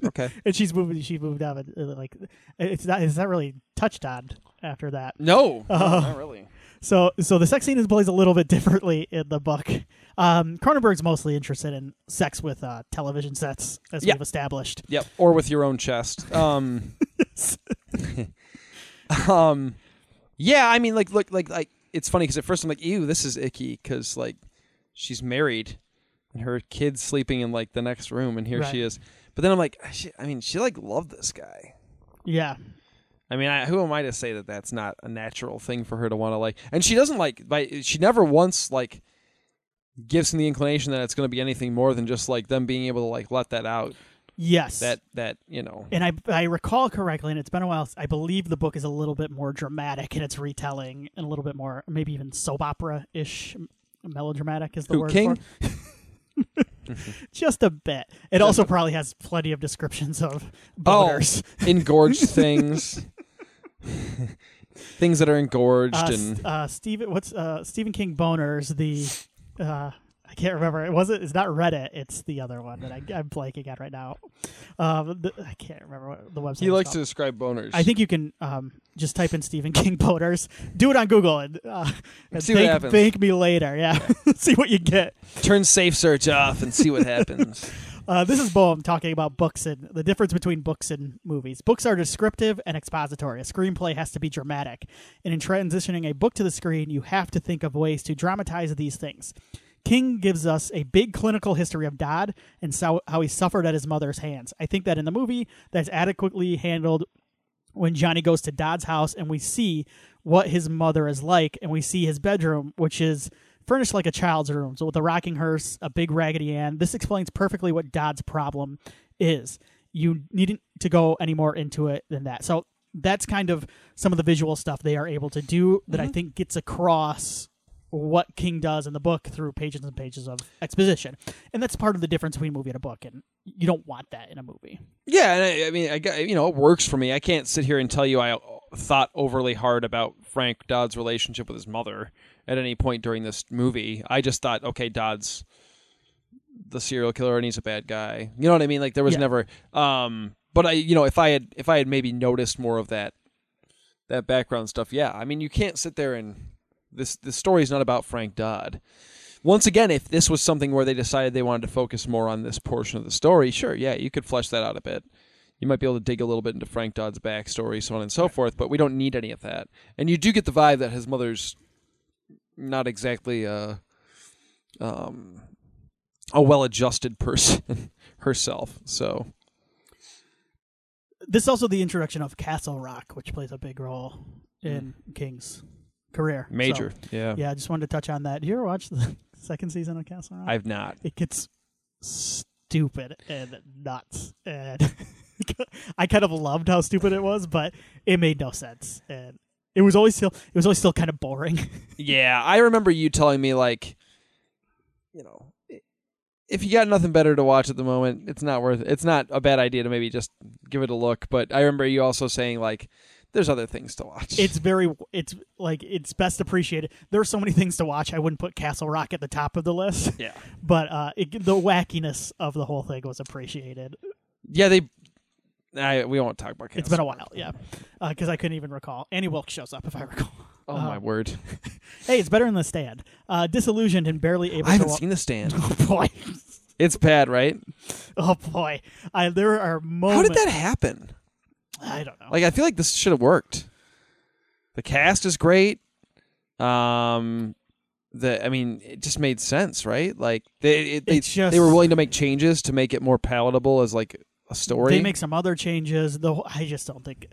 B: okay.
A: and she's moving. She moved out, but, uh, like it's not. It's not really touched on after that.
B: No, no,
A: Uh-huh.
B: not really.
A: So, so the sex scene is plays a little bit [LAUGHS] differently in the book. Um, Cronenberg's mostly interested in sex with uh, television sets, as
B: Yeah.
A: we've established.
B: Yep, or with your own chest.
A: [LAUGHS]
B: Um, um, yeah. I mean, like, look, like, like it's funny because at first I'm like, "Ew, this is icky," because like she's married and her kid's sleeping in like the next room, and here
A: Right.
B: she is. But then I'm like, "Ah, she, I mean, she like loved this guy.
A: Yeah,
B: I mean, I, who am I to say that that's not a natural thing for her to want to like? And she doesn't like. By, she never once like gives him the inclination that it's going to be anything more than just like them being able to like let that out.
A: yes,
B: That that you know.
A: and I, I recall correctly, and it's been a while. I believe the book is a little bit more dramatic in its retelling, and a little bit more maybe even soap opera ish, melodramatic is the
B: Who,
A: word
B: King?
A: for. it. Just a bit. It also probably has plenty of descriptions of
B: Oh.
A: boners,
B: engorged things, [LAUGHS] things that are engorged,
A: uh,
B: and
A: s- uh, Stephen. What's uh, Stephen King boners? The uh, I can't remember. It wasn't. It's not Reddit. It's the other one that I, I'm blanking on right now. Um, the, I can't remember what the website.
B: he
A: is
B: likes
A: called.
B: to describe boners.
A: I think you can um, just type in Stephen [LAUGHS] King boners. Do it on Google and, uh, and
B: See what
A: thank,
B: happens.
A: thank me later. Yeah, [LAUGHS] see what you get.
B: turn safe search off and see what [LAUGHS] happens.
A: Uh, this is Boehm talking about books and the difference between books and movies. Books are descriptive and expository. A screenplay has to be dramatic, and in transitioning a book to the screen, you have to think of ways to dramatize these things. King gives us a big clinical history of Dodd and so- how he suffered at his mother's hands. I think that in the movie, that's adequately handled when Johnny goes to Dodd's house and we see what his mother is like and we see his bedroom, which is furnished like a child's room. So with a rocking hearse, a big raggedy Ann. This explains perfectly what Dodd's problem is. You needn't to go any more into it than that. So that's kind of some of the visual stuff they are able to do that I think gets across what King does in the book through pages and pages of exposition. And that's part of the difference between a movie and a book and you don't want that in a movie.
B: Yeah, and I, I mean, I got- you know, it works for me. I can't sit here and tell you I thought overly hard about Frank Dodd's relationship with his mother at any point during this movie. I just thought, okay, Dodd's the serial killer and he's a bad guy. You know what I mean? Like there was
A: Yeah.
B: never um but I you know, if I had if I had maybe noticed more of that that background stuff, yeah. I mean, you can't sit there and this the story's not about Frank Dodd. Once again, if this was something where they decided they wanted to focus more on this portion of the story, sure, yeah, you could flesh that out a bit. You might be able to dig a little bit into Frank Dodd's backstory, so on and so forth, but we don't need any of that. And you do get the vibe that his mother's not exactly a, um, a well adjusted [LAUGHS] person herself. So,
A: this is also the introduction of Castle Rock, which plays a big role in King's career.
B: major.
A: So,
B: yeah.
A: yeah, I just wanted to touch on that. Did you ever watch the [LAUGHS] second season of Castle Rock?
B: I've not.
A: it gets stupid and nuts, and [LAUGHS] I kind of loved how stupid it was, but it made no sense, and it was always still it was always still kind of boring. [LAUGHS]
B: Yeah, I remember you telling me like, you know, i- if you got nothing better to watch at the moment, it's not worth. It's not a bad idea to maybe just give it a look. But I remember you also saying like, there's other things to watch.
A: It's very it's like it's best appreciated. There are so many things to watch. I wouldn't put Castle Rock at the top of the list,
B: [LAUGHS]
A: [LAUGHS]
B: yeah,
A: but uh, it, the wackiness of the whole thing was appreciated.
B: yeah. They I, we won't talk about. Chaos
A: It's been a
B: Network.
A: while, yeah, because I couldn't even recall. Annie Wilkes shows up if I recall. [LAUGHS]
B: Oh
A: Uh,
B: my word!
A: Hey, it's better than the stand. Uh, disillusioned and barely able to
B: I haven't
A: walk.
B: seen the stand.
A: [LAUGHS] Oh boy, [LAUGHS]
B: It's bad, right?
A: oh boy. I there are
B: How
A: moments.
B: did that happen?
A: I don't know.
B: Like I feel like this should have worked. The cast is great. Um, the I mean, it just made sense, right? Like they it, they
A: It's just-
B: they were willing to make changes to make it more palatable as like a story.
A: They make some other changes, though. I just don't think.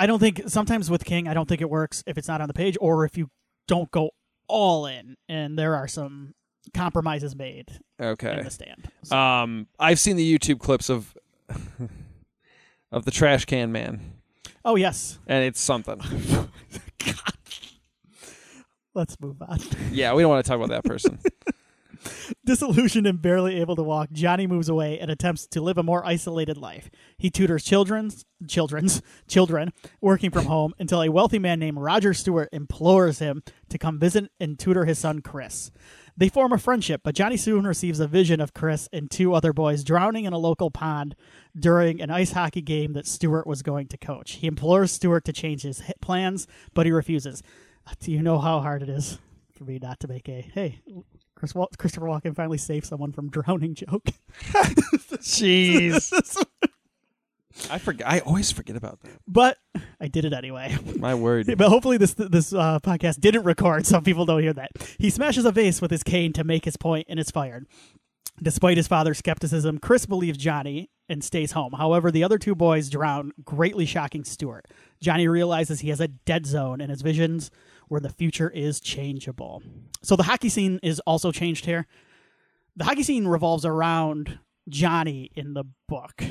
A: I don't think sometimes with King, I don't think it works if it's not on the page or if you don't go all in. And there are some compromises made in
B: okay.
A: the stand. So,
B: Um, I've seen the YouTube clips of [LAUGHS] of the trash can man,
A: oh yes,
B: and it's something.
A: let's move on. [LAUGHS]
B: yeah, we don't want to talk about that person.
A: Disillusioned and barely able to walk, Johnny moves away and attempts to live a more isolated life. He tutors children's children's children working from home until a wealthy man named Roger Stewart implores him to come visit and tutor his son Chris. They form a friendship, but Johnny soon receives a vision of Chris and two other boys drowning in a local pond during an ice hockey game that Stewart was going to coach. He implores Stewart to change his hit plans, but he refuses. Uh, Do you know how hard it is for me not to make a hey Chris Wal- Christopher Walken finally saved someone from drowning joke. [LAUGHS]
B: Jeez. I forget. I always forget about that.
A: But I did it anyway. [LAUGHS]
B: My word.
A: But hopefully this this uh, podcast didn't record, so people don't hear that. He smashes a vase with his cane to make his point, and is fired. Despite his father's skepticism, Chris believes Johnny and stays home. However, the other two boys drown, greatly shocking Stuart. Johnny realizes he has a dead zone and his visions where the future is changeable. So the hockey scene is also changed here. The hockey scene revolves around Johnny in the book.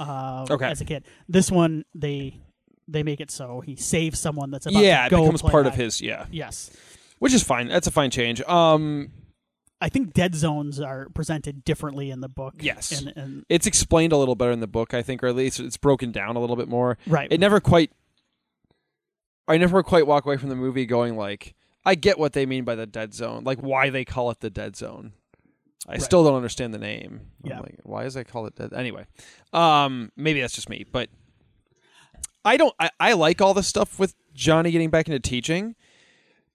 A: Uh,
B: Okay.
A: As a kid, this one they they make it so he saves someone that's about
B: Yeah,
A: to
B: it
A: go
B: becomes
A: play
B: part of
A: hockey.
B: his. Yeah.
A: Yes,
B: which is fine. That's a fine change. Um,
A: I think dead zones are presented differently in the book.
B: Yes.
A: and, and
B: it's explained a little better in the book, I think, or at least it's broken down a little bit more.
A: right,
B: It never quite. I never quite walk away from the movie going like, I get what they mean by the dead zone, like why they call it the dead zone. I
A: Right.
B: still don't understand the name.
A: Yeah.
B: I'm like, why is I call it dead? Anyway, um, maybe that's just me, but I don't. I, I like all this stuff with Johnny getting back into teaching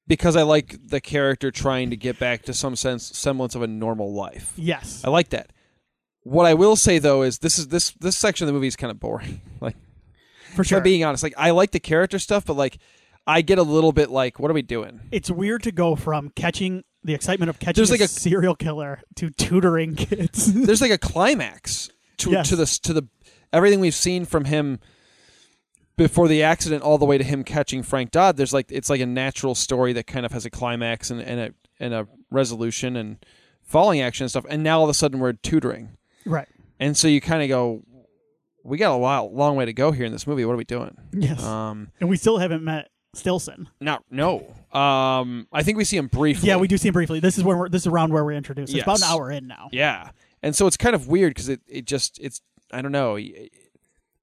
B: because I like the character trying to get back to some sense semblance of a normal life.
A: yes,
B: I like that. What I will say though is this is this this section of the movie is kind of boring. [LAUGHS] Like
A: for
B: if
A: sure.
B: I'm being honest, like I like the character stuff, but like I get a little bit like, what are we doing?
A: [LAUGHS] it's weird to go from catching the excitement of catching
B: There's like
A: a,
B: a-
A: serial killer to tutoring
B: [LAUGHS]
A: kids.
B: There's like a climax to
A: Yes.
B: to this to the everything we've seen from him before the accident all the way to him catching Frank Dodd. There's like it's like a natural story that kind of has a climax and, and a and a resolution and falling action and stuff. And now all of a sudden we're tutoring,
A: right.
B: and so you kind of go, we got a lot long way to go here in this movie. What are we doing?
A: Yes.
B: Um,
A: and we still haven't met Stilson.
B: Not no. Um, I think we see him briefly.
A: Yeah, we do see him briefly. This is where we're, this is around where we're introduced. It's about an
B: Yes.
A: hour in now.
B: Yeah, and so it's kind of weird because it, it just it's I don't know. I,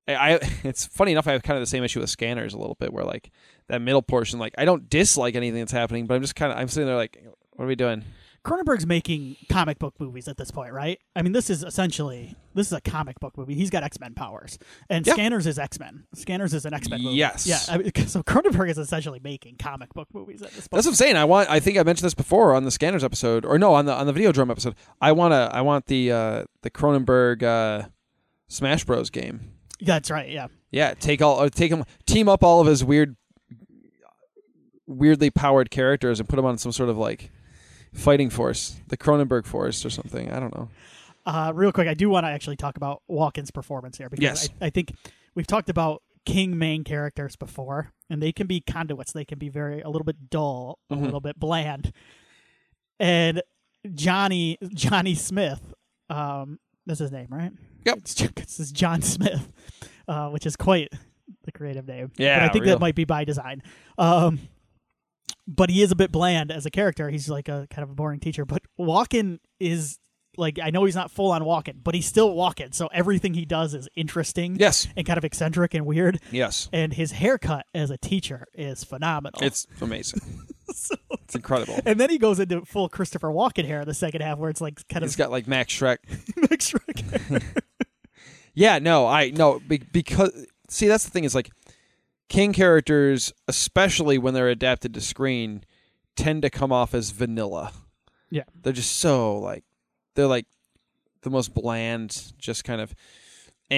B: I [LAUGHS] it's funny enough. I have kind of the same issue with scanners a little bit, where like that middle portion, like I don't dislike anything that's happening, but I'm just kind of I'm sitting there like, what are we doing?
A: Cronenberg's making comic book movies at this point, right? I mean, this is essentially this is a comic book movie. He's got X Men powers, and
B: Yeah.
A: Scanners is X Men. Scanners is an X Men movie.
B: Yes.
A: yeah. I mean, [LAUGHS] so Cronenberg is essentially making comic book movies at this point.
B: That's what I'm saying. I want. I think I mentioned this before on the scanners episode, or no, on the on the video drum episode. I want to. I want the uh, the Cronenberg uh, Smash Bros game.
A: That's right. Yeah,
B: Yeah, take all uh, take him team up all of his weird weirdly powered characters and put them on some sort of like fighting force, the Cronenberg force or something. I don't know.
A: Uh, real quick, I do want to actually talk about Walken's performance here because
B: Yes.
A: I, I think we've talked about King main characters before, and they can be conduits. They can be very a little bit dull, a
B: Mhm.
A: little bit bland. And Johnny Johnny Smith, um, that's his name, right?
B: Yep.
A: It's, [LAUGHS] this is John Smith, uh, which is quite the creative name.
B: Yeah,
A: but I think
B: real.
A: that might be by design. Um, but he is a bit bland as a character. He's like a kind of a boring teacher. But Walken is like I know he's not full on Walken, but he's still Walken. So everything he does is interesting
B: Yes,
A: and kind of eccentric and weird.
B: yes,
A: And his haircut as a teacher is phenomenal.
B: it's amazing. it's incredible.
A: and then he goes into full Christopher Walken hair in the second half, where it's like kind [LAUGHS]
B: He's
A: of
B: got like Max Shrek.
A: mixed. hair.
B: Yeah, no, I no be, because see that's the thing is like king characters, especially when they're adapted to screen, tend to come off as vanilla.
A: Yeah.
B: they're just so like they're like the most bland, just kind of.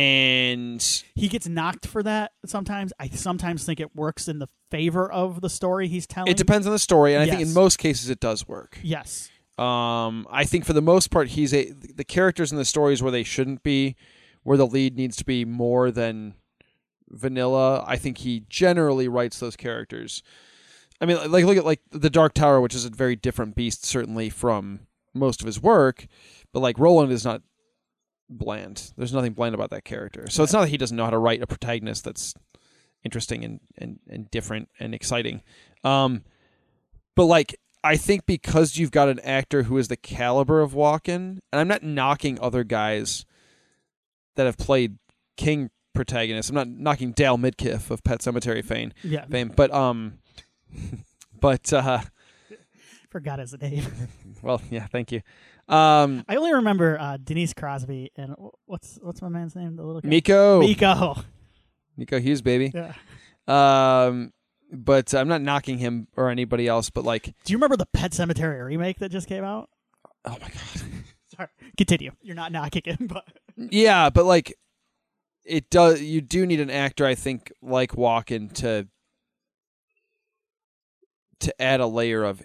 B: And
A: He gets knocked for that sometimes. I sometimes think it works in the favor of the story he's telling.
B: it depends on the story, and I think in
A: Yes.
B: most cases it does work.
A: Yes.
B: Um, I think for the most part, he's a the characters in the stories where they shouldn't be, where the lead needs to be more than vanilla. I think he generally writes those characters. I mean, like look at like the Dark Tower, which is a very different beast, certainly from most of his work. But like Roland is not bland. There's nothing bland about that character. So it's not that he doesn't know how to write a protagonist that's interesting and and, and different and exciting. Um, but like I think because you've got an actor who is the caliber of Walken, and I'm not knocking other guys that have played King protagonists. I'm not knocking Dale Midkiff of Pet Cemetery fame,
A: Yeah.
B: fame, but um, [LAUGHS] but uh,
A: Forgot his name. [LAUGHS]
B: well, yeah, thank you. Um,
A: I only remember uh, Denise Crosby and wh- what's what's my man's name? The little guy?
B: Miko,
A: Miko.
B: Miko Hughes, baby.
A: Yeah.
B: Um, but I'm not knocking him or anybody else, but like,
A: Do you remember the Pet Cemetery remake that just came out?
B: oh my god.
A: Sorry. Continue. You're not knocking him, but
B: Yeah, but like it does you do need an actor I think like Walken to to add a layer of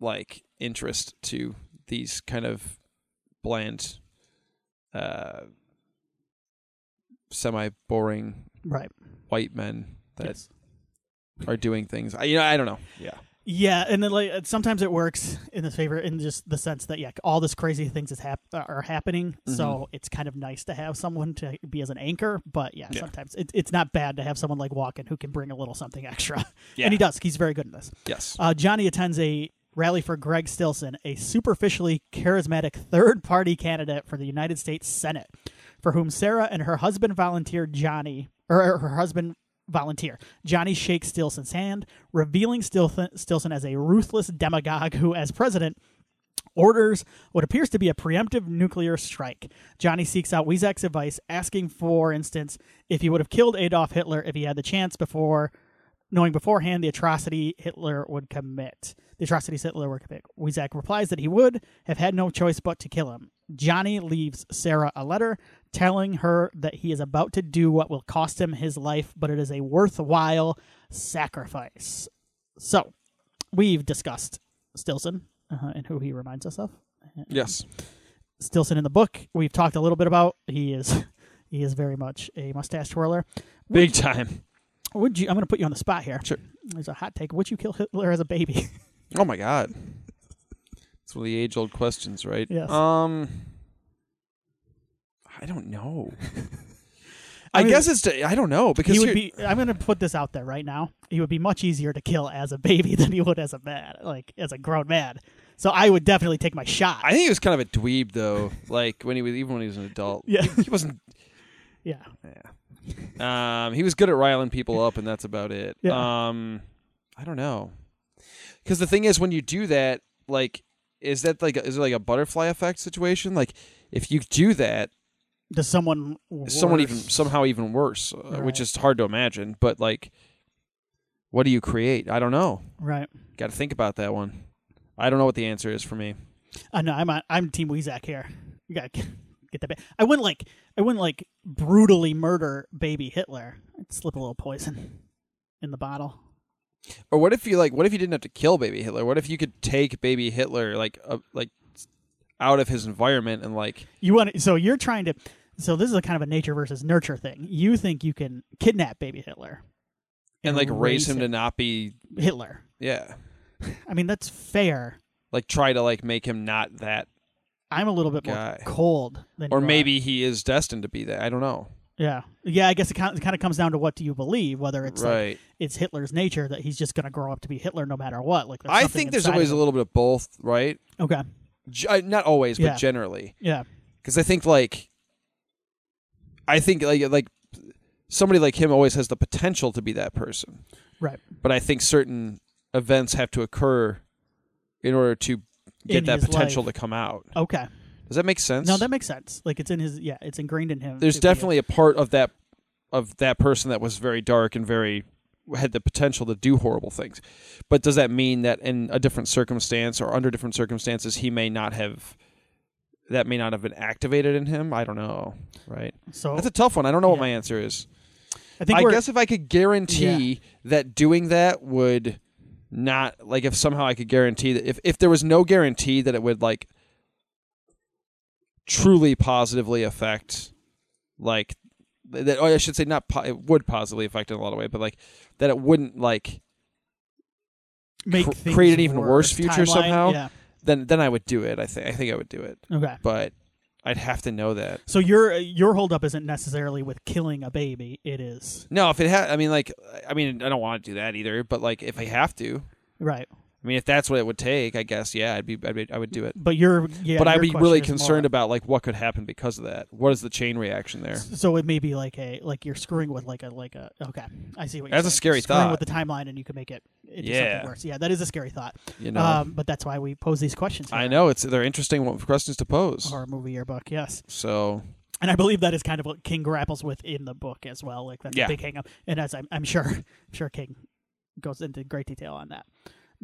B: like interest to these kind of bland uh semi boring
A: right.
B: white men that
A: Yes.
B: are doing things. I you know, I don't know. Yeah.
A: Yeah, and then like sometimes it works in his favor in just the sense that yeah, all this crazy things is hap- uh, are happening, so it's kind of nice to have someone to be as an anchor. But yeah,
B: Yeah.
A: sometimes it, it's not bad to have someone like Walken who can bring a little something extra, [LAUGHS]
B: Yeah.
A: and he does. He's very good in this.
B: Yes.
A: Uh, Johnny attends a rally for Greg Stilson, a superficially charismatic third party candidate for the United States Senate, for whom Sarah and her husband volunteered Johnny, or or her husband volunteer. Johnny shakes Stilson's hand, revealing Stilson, Stilson as a ruthless demagogue who, as president, orders what appears to be a preemptive nuclear strike. Johnny seeks out Wizek's advice, asking, for instance, if he would have killed Adolf Hitler if he had the chance before knowing beforehand the atrocity Hitler would commit. The atrocities Hitler would commit. Wizak replies that he would have had no choice but to kill him. Johnny leaves Sarah a letter telling her that he is about to do what will cost him his life, but it is a worthwhile sacrifice. So, we've discussed Stilson uh, and who he reminds us of.
B: Yes.
A: Stilson in the book, we've talked a little bit about. He is [LAUGHS] he is very much a mustache twirler.
B: Big time.
A: Would you? I'm going to put you on the spot here.
B: Sure.
A: There's a hot take. Would you kill Hitler as a baby?
B: Oh my god. It's one of the age old questions, right?
A: Yes.
B: Um I
A: [LAUGHS]
B: don't know. I,
A: I mean,
B: guess it's to, I don't know because
A: he would
B: here-
A: be. I'm going to put this out there right now. He would be much easier to kill as a baby [LAUGHS] than he would as a man, like as a grown man. So I would definitely take my shot.
B: I think he was kind of a dweeb though, like when he was even when he was an adult.
A: [LAUGHS] Yeah.
B: He, he wasn't
A: yeah.
B: um he was good at riling people up and that's about it.
A: Yeah.
B: Um I don't know. Cuz the thing is when you do that like is that like is it like a butterfly effect situation? Like if you do that
A: Does someone?
B: someone even
A: worse-
B: somehow even worse, uh, which
A: Right.
B: is hard to imagine. But like, what do you create? I don't know.
A: Right.
B: Got to think about that one. I don't know what the answer is for me.
A: I know. I'm on, I'm Team Weezak here. You got to get that. Ba- I wouldn't like. I wouldn't like brutally murder baby Hitler. I'd slip a little poison in the bottle.
B: Or what if you like? What if you didn't have to kill Baby Hitler? What if you could take Baby Hitler like uh, like out of his environment and like
A: You want to, so you're trying to so this is a kind of a nature versus nurture thing. You think you can kidnap baby Hitler
B: and like raise him to not be
A: Hitler.
B: yeah
A: I mean that's fair.
B: like try to like make him not that
A: I'm a little bit more
B: Guy.
A: cold than
B: or
A: you are.
B: maybe he is destined to be that. I don't know.
A: yeah yeah I guess it kind of comes down to what do you believe whether it's like
B: right.
A: it's Hitler's nature that he's just going to grow up to be Hitler no matter what like
B: I think there's always a little bit of both, right?
A: okay
B: G- uh, not always,
A: Yeah.
B: but generally.
A: yeah
B: because I think like I think like like somebody like him always has the potential to be that person,
A: right
B: but I think certain events have to occur in order to get
A: In
B: that
A: his
B: potential
A: life.
B: to come out.
A: okay
B: Does that make sense?
A: No, that makes sense. Like it's in his yeah, it's ingrained in him.
B: There's
A: to be a-
B: definitely a part of that of that person that was very dark and very had the potential to do horrible things. But does that mean that in a different circumstance or under different circumstances he may not have that may not have been activated in him? I don't know. Right.
A: so
B: That's a tough one. I don't know what
A: Yeah.
B: my answer is.
A: I think
B: I,
A: we're,
B: guess if I could guarantee that doing that would not like if somehow I could guarantee that if if there was no guarantee that it would like truly positively affect like th- that or I should say not po- it would positively affect in a lot of way but like that it wouldn't like
A: make
B: cr-
A: things
B: create an even worse future
A: Timeline,
B: somehow.
A: Yeah.
B: then then I would do it I think I think I would do it
A: Okay.
B: but I'd have to know that
A: So your your holdup isn't necessarily with killing a baby. It is
B: no if it had I mean like I mean I don't want to do that either but like if I have to
A: right,
B: I mean, if that's what it would take, I guess, yeah, I'd be, I'd be I would do it.
A: but you're yeah.
B: but I'd
A: your
B: be
A: question
B: really
A: is more-
B: concerned about like what could happen because of that. What is the chain reaction there?
A: So it may be like a like you're screwing with like a like a okay. I see what you're
B: That's a
A: saying.
B: scary
A: screwing
B: thought.
A: with the timeline, and you can make it into
B: Yeah.
A: something worse. Yeah, that is a scary thought.
B: You know,
A: Um, but that's why we pose these questions. Here
B: I know it's they're interesting questions to pose.
A: Horror movie yearbook, yes,
B: So
A: and I believe that is kind of what King grapples with in the book as well. Like that's
B: Yeah.
A: a big hang up, and as I'm, I'm sure, I'm sure King goes into great detail on that.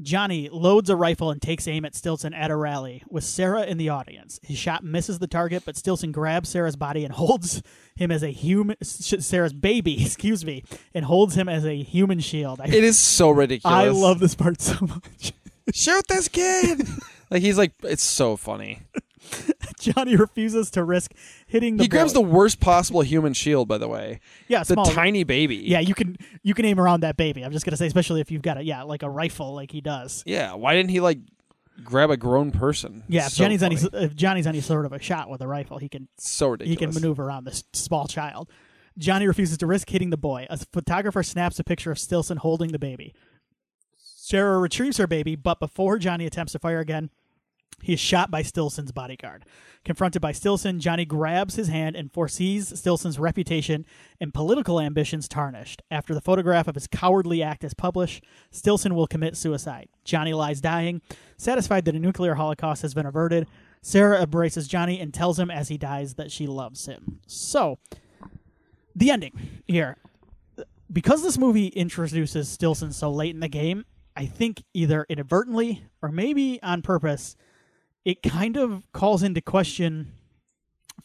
A: Johnny loads a rifle and takes aim at Stilson at a rally with Sarah in the audience. His shot misses the target, but Stilson grabs Sarah's body and holds him as a human. Sh- Sarah's baby, [LAUGHS] excuse me, and holds him as a human shield. [LAUGHS] I,
B: it is so ridiculous.
A: I love this part so [LAUGHS] much.
B: [LAUGHS] shoot this
A: [LAUGHS]
B: kid. like he's like, it's so funny.
A: Johnny refuses to risk hitting the.
B: he grabs the
A: bullet.
B: worst possible human shield. By the way,
A: yeah
B: the
A: small
B: tiny baby.
A: Yeah, you can you can aim around that baby. I'm just gonna say, especially if you've got a yeah, like a rifle, like he does.
B: yeah. Why didn't he like grab a grown person?
A: Yeah, if
B: so
A: Johnny's
B: funny.
A: any if Johnny's any sort of a shot with a rifle, he can
B: so ridiculous.
A: he can maneuver around this small child. Johnny refuses to risk hitting the boy. A photographer snaps a picture of Stilson holding the baby. Sarah retrieves her baby, but before Johnny attempts to fire again, he is shot by Stilson's bodyguard. Confronted by Stilson, Johnny grabs his hand and foresees Stilson's reputation and political ambitions tarnished. After the photograph of his cowardly act is published, Stilson will commit suicide. Johnny lies dying, satisfied that a nuclear holocaust has been averted. Sarah embraces Johnny and tells him as he dies that she loves him. So, the ending here. Because this movie introduces Stilson so late in the game, I think either inadvertently or maybe on purpose, it kind of calls into question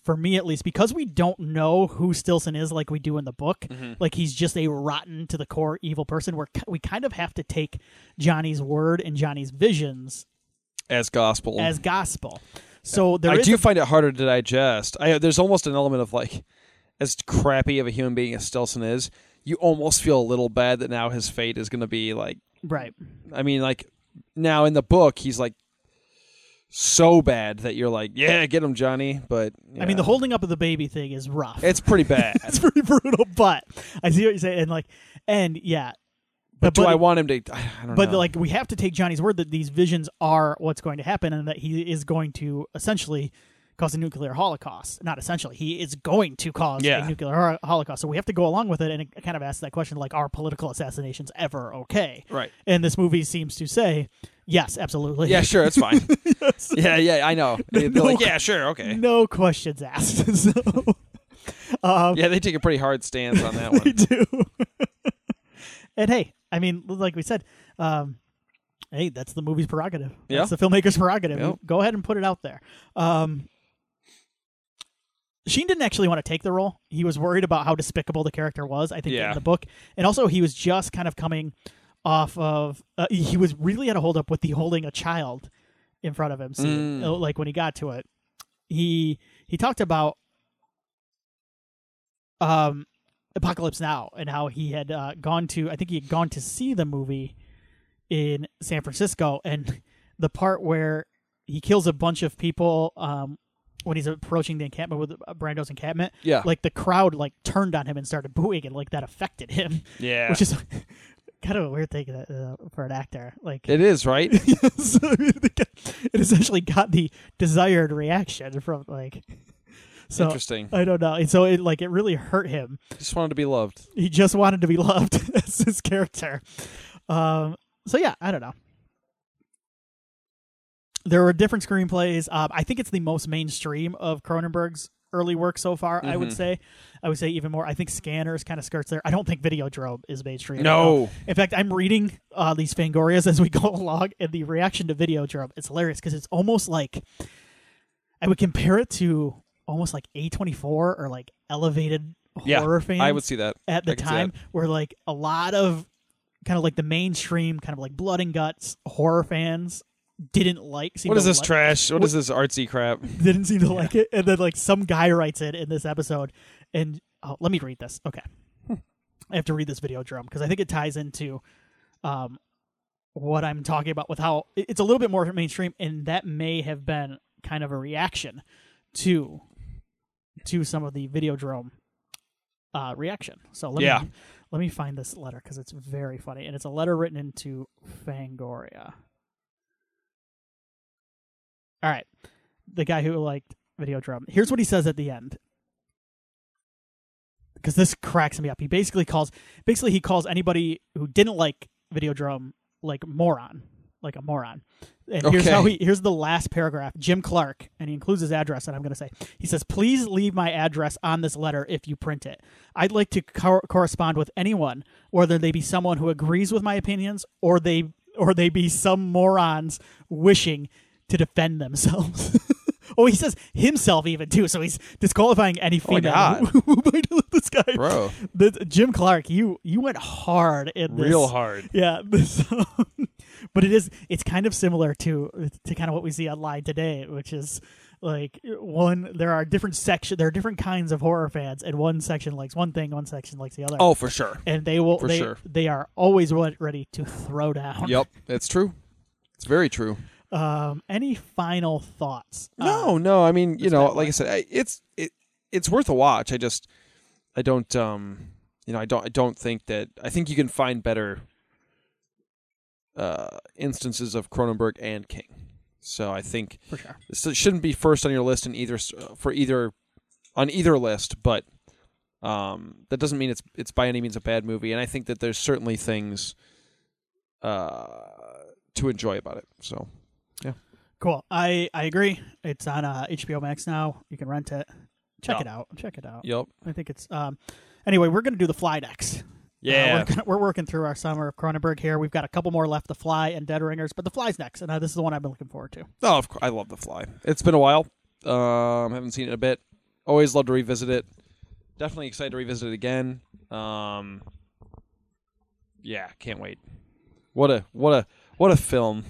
A: for me at least because we don't know who Stilson is like we do in the book
B: Mm-hmm.
A: like he's just a rotten to the core evil person where we kind of have to take Johnny's word and Johnny's visions
B: as gospel.
A: as gospel so there
B: Mm. I
A: is
B: do
A: a-
B: find it harder to digest. I there's almost an element of like, as crappy of a human being as Stilson is, you almost feel a little bad that now his fate is going to be like.
A: right
B: I mean, like now in the book, he's like so bad that you're like, yeah, get him, Johnny. But
A: I mean
B: yeah.
A: the holding up of the baby thing is rough
B: it's pretty bad.
A: [LAUGHS] it's pretty brutal but I see what you're saying and like and yeah
B: but do
A: buddy-
B: I want him to? I don't
A: but
B: know.
A: like we have to take Johnny's word that these visions are what's going to happen and that he is going to essentially cause a nuclear holocaust. Not essentially, he is going to cause
B: Yeah.
A: a nuclear hor- holocaust. So we have to go along with it and it kind of ask that question like are political assassinations ever okay?
B: right.
A: And this movie seems to say yes, absolutely. [LAUGHS]
B: Yeah, sure, it's fine. Yeah, yeah, I know. They're
A: No.
B: like, yeah, sure, okay.
A: No questions asked. [LAUGHS] so um,
B: Yeah, they take a pretty hard stance on that
A: [LAUGHS] they
B: one.
A: do. [LAUGHS] and hey, I mean, like we said, um, hey, that's the movie's prerogative.
B: Yeah.
A: That's the filmmaker's prerogative.
B: Yep.
A: Go ahead and put it out there. Um, Sheen didn't actually want to take the role. He was worried about how despicable the character was, I think,
B: Yeah.
A: in the book. And also, he was just kind of coming off of, uh, he was really at a holdup with the holding a child in front of him scene.
B: Mm.
A: Uh, Like when he got to it, he he talked about um Apocalypse Now and how he had uh, gone to I think he had gone to see the movie in San Francisco and the part where he kills a bunch of people um when he's approaching the encampment with uh, Brando's encampment
B: Yeah,
A: like the crowd like turned on him and started booing and like that affected him
B: yeah.
A: which is [LAUGHS] kind of a weird thing that, uh, for an actor like
B: it is right.
A: [LAUGHS] yes. it essentially got the desired reaction from like [LAUGHS] so
B: Interesting.
A: I don't know. And so it like it really hurt him.
B: Just wanted to be loved.
A: He just wanted to be [LAUGHS] loved as his character. Um so yeah, I don't know. There were different screenplays. Um, I think it's the most mainstream of Cronenberg's early work so far. I would
B: Mhm.
A: say, I would say even more. I think Scanners kind of skirts there. I don't think Videodrome is mainstream. at all.
B: No.
A: In fact, I'm reading uh, these Fangorias [LAUGHS] as we go along, and the reaction to Videodrome it's hilarious because it's almost like I would compare it to almost like A24 or like elevated
B: Yeah,
A: horror fans
B: I would see that.
A: at the
B: I can see
A: time where like a lot of kind of like the mainstream kind of like blood and guts horror fans didn't like seemed
B: What is
A: to
B: this
A: li-
B: trash? what is this artsy crap?
A: [LAUGHS] didn't seem to like it and then like some guy writes it in this episode and oh, let me read this okay i have to read this video drum because i think it ties into um what i'm talking about with how it- it's a little bit more mainstream and that may have been kind of a reaction to to some of the video drum uh reaction so let
B: Yeah.
A: me let me find this letter because it's very funny and it's a letter written into fangoria all right the guy who liked video drum here's what he says at the end because this cracks me up he basically calls basically he calls anybody who didn't like video drum like moron like a moron and here's
B: Okay.
A: how he here's the last paragraph jim clark and he includes his address and i'm going to say he says please leave my address on this letter if you print it i'd like to co- correspond with anyone whether they be someone who agrees with my opinions or they or they be some morons wishing to defend themselves. oh, he says himself even too, so he's disqualifying any
B: Oh my
A: female
B: God.
A: who [LAUGHS] might look at this guy.
B: Bro.
A: The- Jim Clark, you you went hard in this. [LAUGHS]
B: Real hard.
A: Yeah, this, but it is it's kind of similar to to kind of what we see online today, which is like one there are different section there are different kinds of horror fans, and one section likes one thing, one section likes the other.
B: Oh, for sure.
A: and they will
B: for
A: they,
B: sure.
A: they are always re- ready to throw down.
B: Yep, that's true. It's very true.
A: Um, any final thoughts?
B: No,
A: Uh,
B: no. I mean, you
A: it's
B: know,
A: been
B: like I said, I, it's it it's worth a watch. I just I don't um you know I don't I don't think that I think you can find better uh instances of Cronenberg and King. So I think
A: for sure.
B: this shouldn't be first on your list in either s- for either on either list, but um that doesn't mean it's it's by any means a bad movie. And I think that there's certainly things uh to enjoy about it. So
A: Cool. I I agree. It's on uh, HBO Max now. You can rent it. Check
B: Yeah.
A: it out. Check it out.
B: yep.
A: I think it's um. Anyway, we're gonna do the fly decks. Uh,
B: Yeah.
A: we're, gonna- we're working through our summer of Cronenberg here. We've got a couple more left: the Fly and Dead Ringers, but the Fly's next, and uh, this is the one I've been looking forward to.
B: Oh, of course. I love The Fly. It's been a while. Um, haven't seen it in a bit. Always love to revisit it. Definitely excited to revisit it again. Um, yeah, can't wait. What a what a what a film.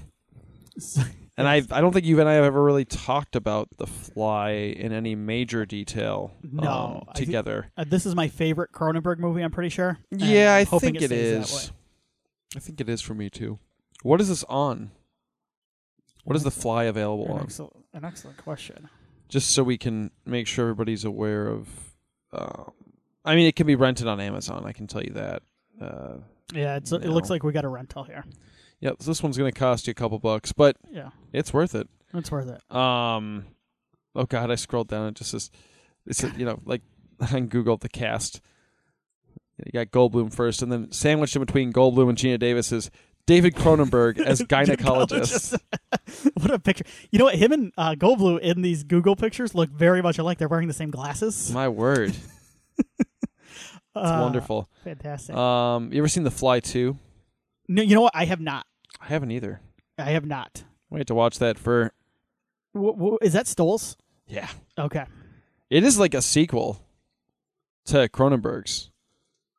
B: And I I don't think you and I have ever really talked about The Fly in any major detail. um,
A: No, I thi-
B: together.
A: Uh, this is my favorite Cronenberg movie. I'm pretty sure. and
B: yeah,
A: I'm
B: I
A: hoping
B: think
A: stays
B: it
A: that
B: is.
A: way.
B: I think it is for me too. What is this on? What is The Fly available
A: An
B: on?
A: excellent, an excellent question.
B: just so we can make sure everybody's aware of. Uh, I mean, it can be rented on Amazon. I can tell you that. Uh,
A: Yeah, it's, it
B: No.
A: looks like we got a rental here.
B: yeah, so this one's going to cost you a couple bucks, but
A: Yeah,
B: it's worth it.
A: it's worth it.
B: Um, oh God, I scrolled down. It just says, it's you know, like [LAUGHS] on Google the cast. You got Goldblum first, and then sandwiched in between Goldblum and Gina Davis is David
A: [LAUGHS]
B: Cronenberg as gynecologist.
A: Gynecologist. [LAUGHS] what a picture! You know what? Him and uh, Goldblum in these Google pictures look very much alike. They're wearing the same glasses.
B: [LAUGHS] My word, it's
A: Uh,
B: wonderful.
A: fantastic.
B: Um, you ever seen The Fly Two?
A: no, you know what? I have not.
B: I haven't either.
A: I have not.
B: We had to watch that for
A: W- w- is that Stoles?
B: yeah.
A: Okay.
B: It is like a sequel to Cronenberg's,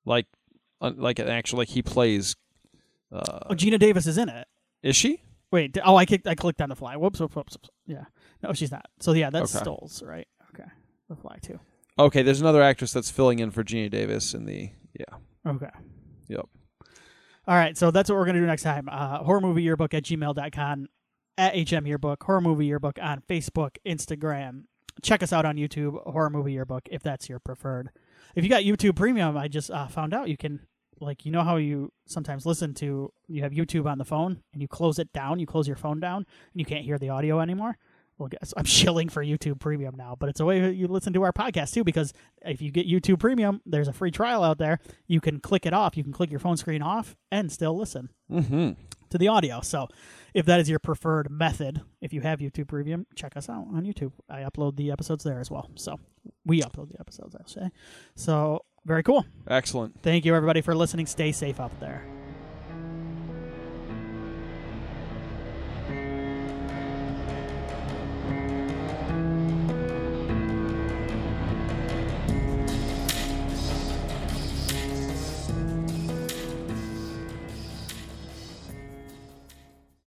B: like, uh, like an actual like he plays. Uh,
A: Oh, Gina Davis is in it.
B: is she?
A: Wait. d- Oh, I kicked. I clicked on the fly. Whoops. Whoops. Whoops. whoops. Yeah. No, she's not. So yeah, that's
B: Okay.
A: Stoles, right? Okay. The fly too.
B: Okay, there's another actress that's filling in for Gina Davis in the yeah.
A: Okay.
B: Yep.
A: All right, so that's what we're going to do next time. Uh, horror movie yearbook at gmail.com, at HM yearbook, horror movie yearbook on Facebook, Instagram. Check us out on YouTube, horror movie yearbook, if that's your preferred. If you got YouTube Premium, I just uh, found out you can, like, you know how you sometimes listen to, you have YouTube on the phone and you close it down, you close your phone down, and you can't hear the audio anymore? Well, guess I'm [LAUGHS] shilling for YouTube Premium now, but it's a way you listen to our podcast too. Because if you get YouTube Premium, there's a free trial out there. You can click it off. You can click your phone screen off and still listen.
B: Mm-hmm.
A: to the audio. So if that is your preferred method, if you have YouTube Premium, check us out on YouTube. I upload the episodes there as well. So we upload the episodes, I'll say. So very cool.
B: Excellent.
A: Thank you, everybody, for listening. Stay safe out there.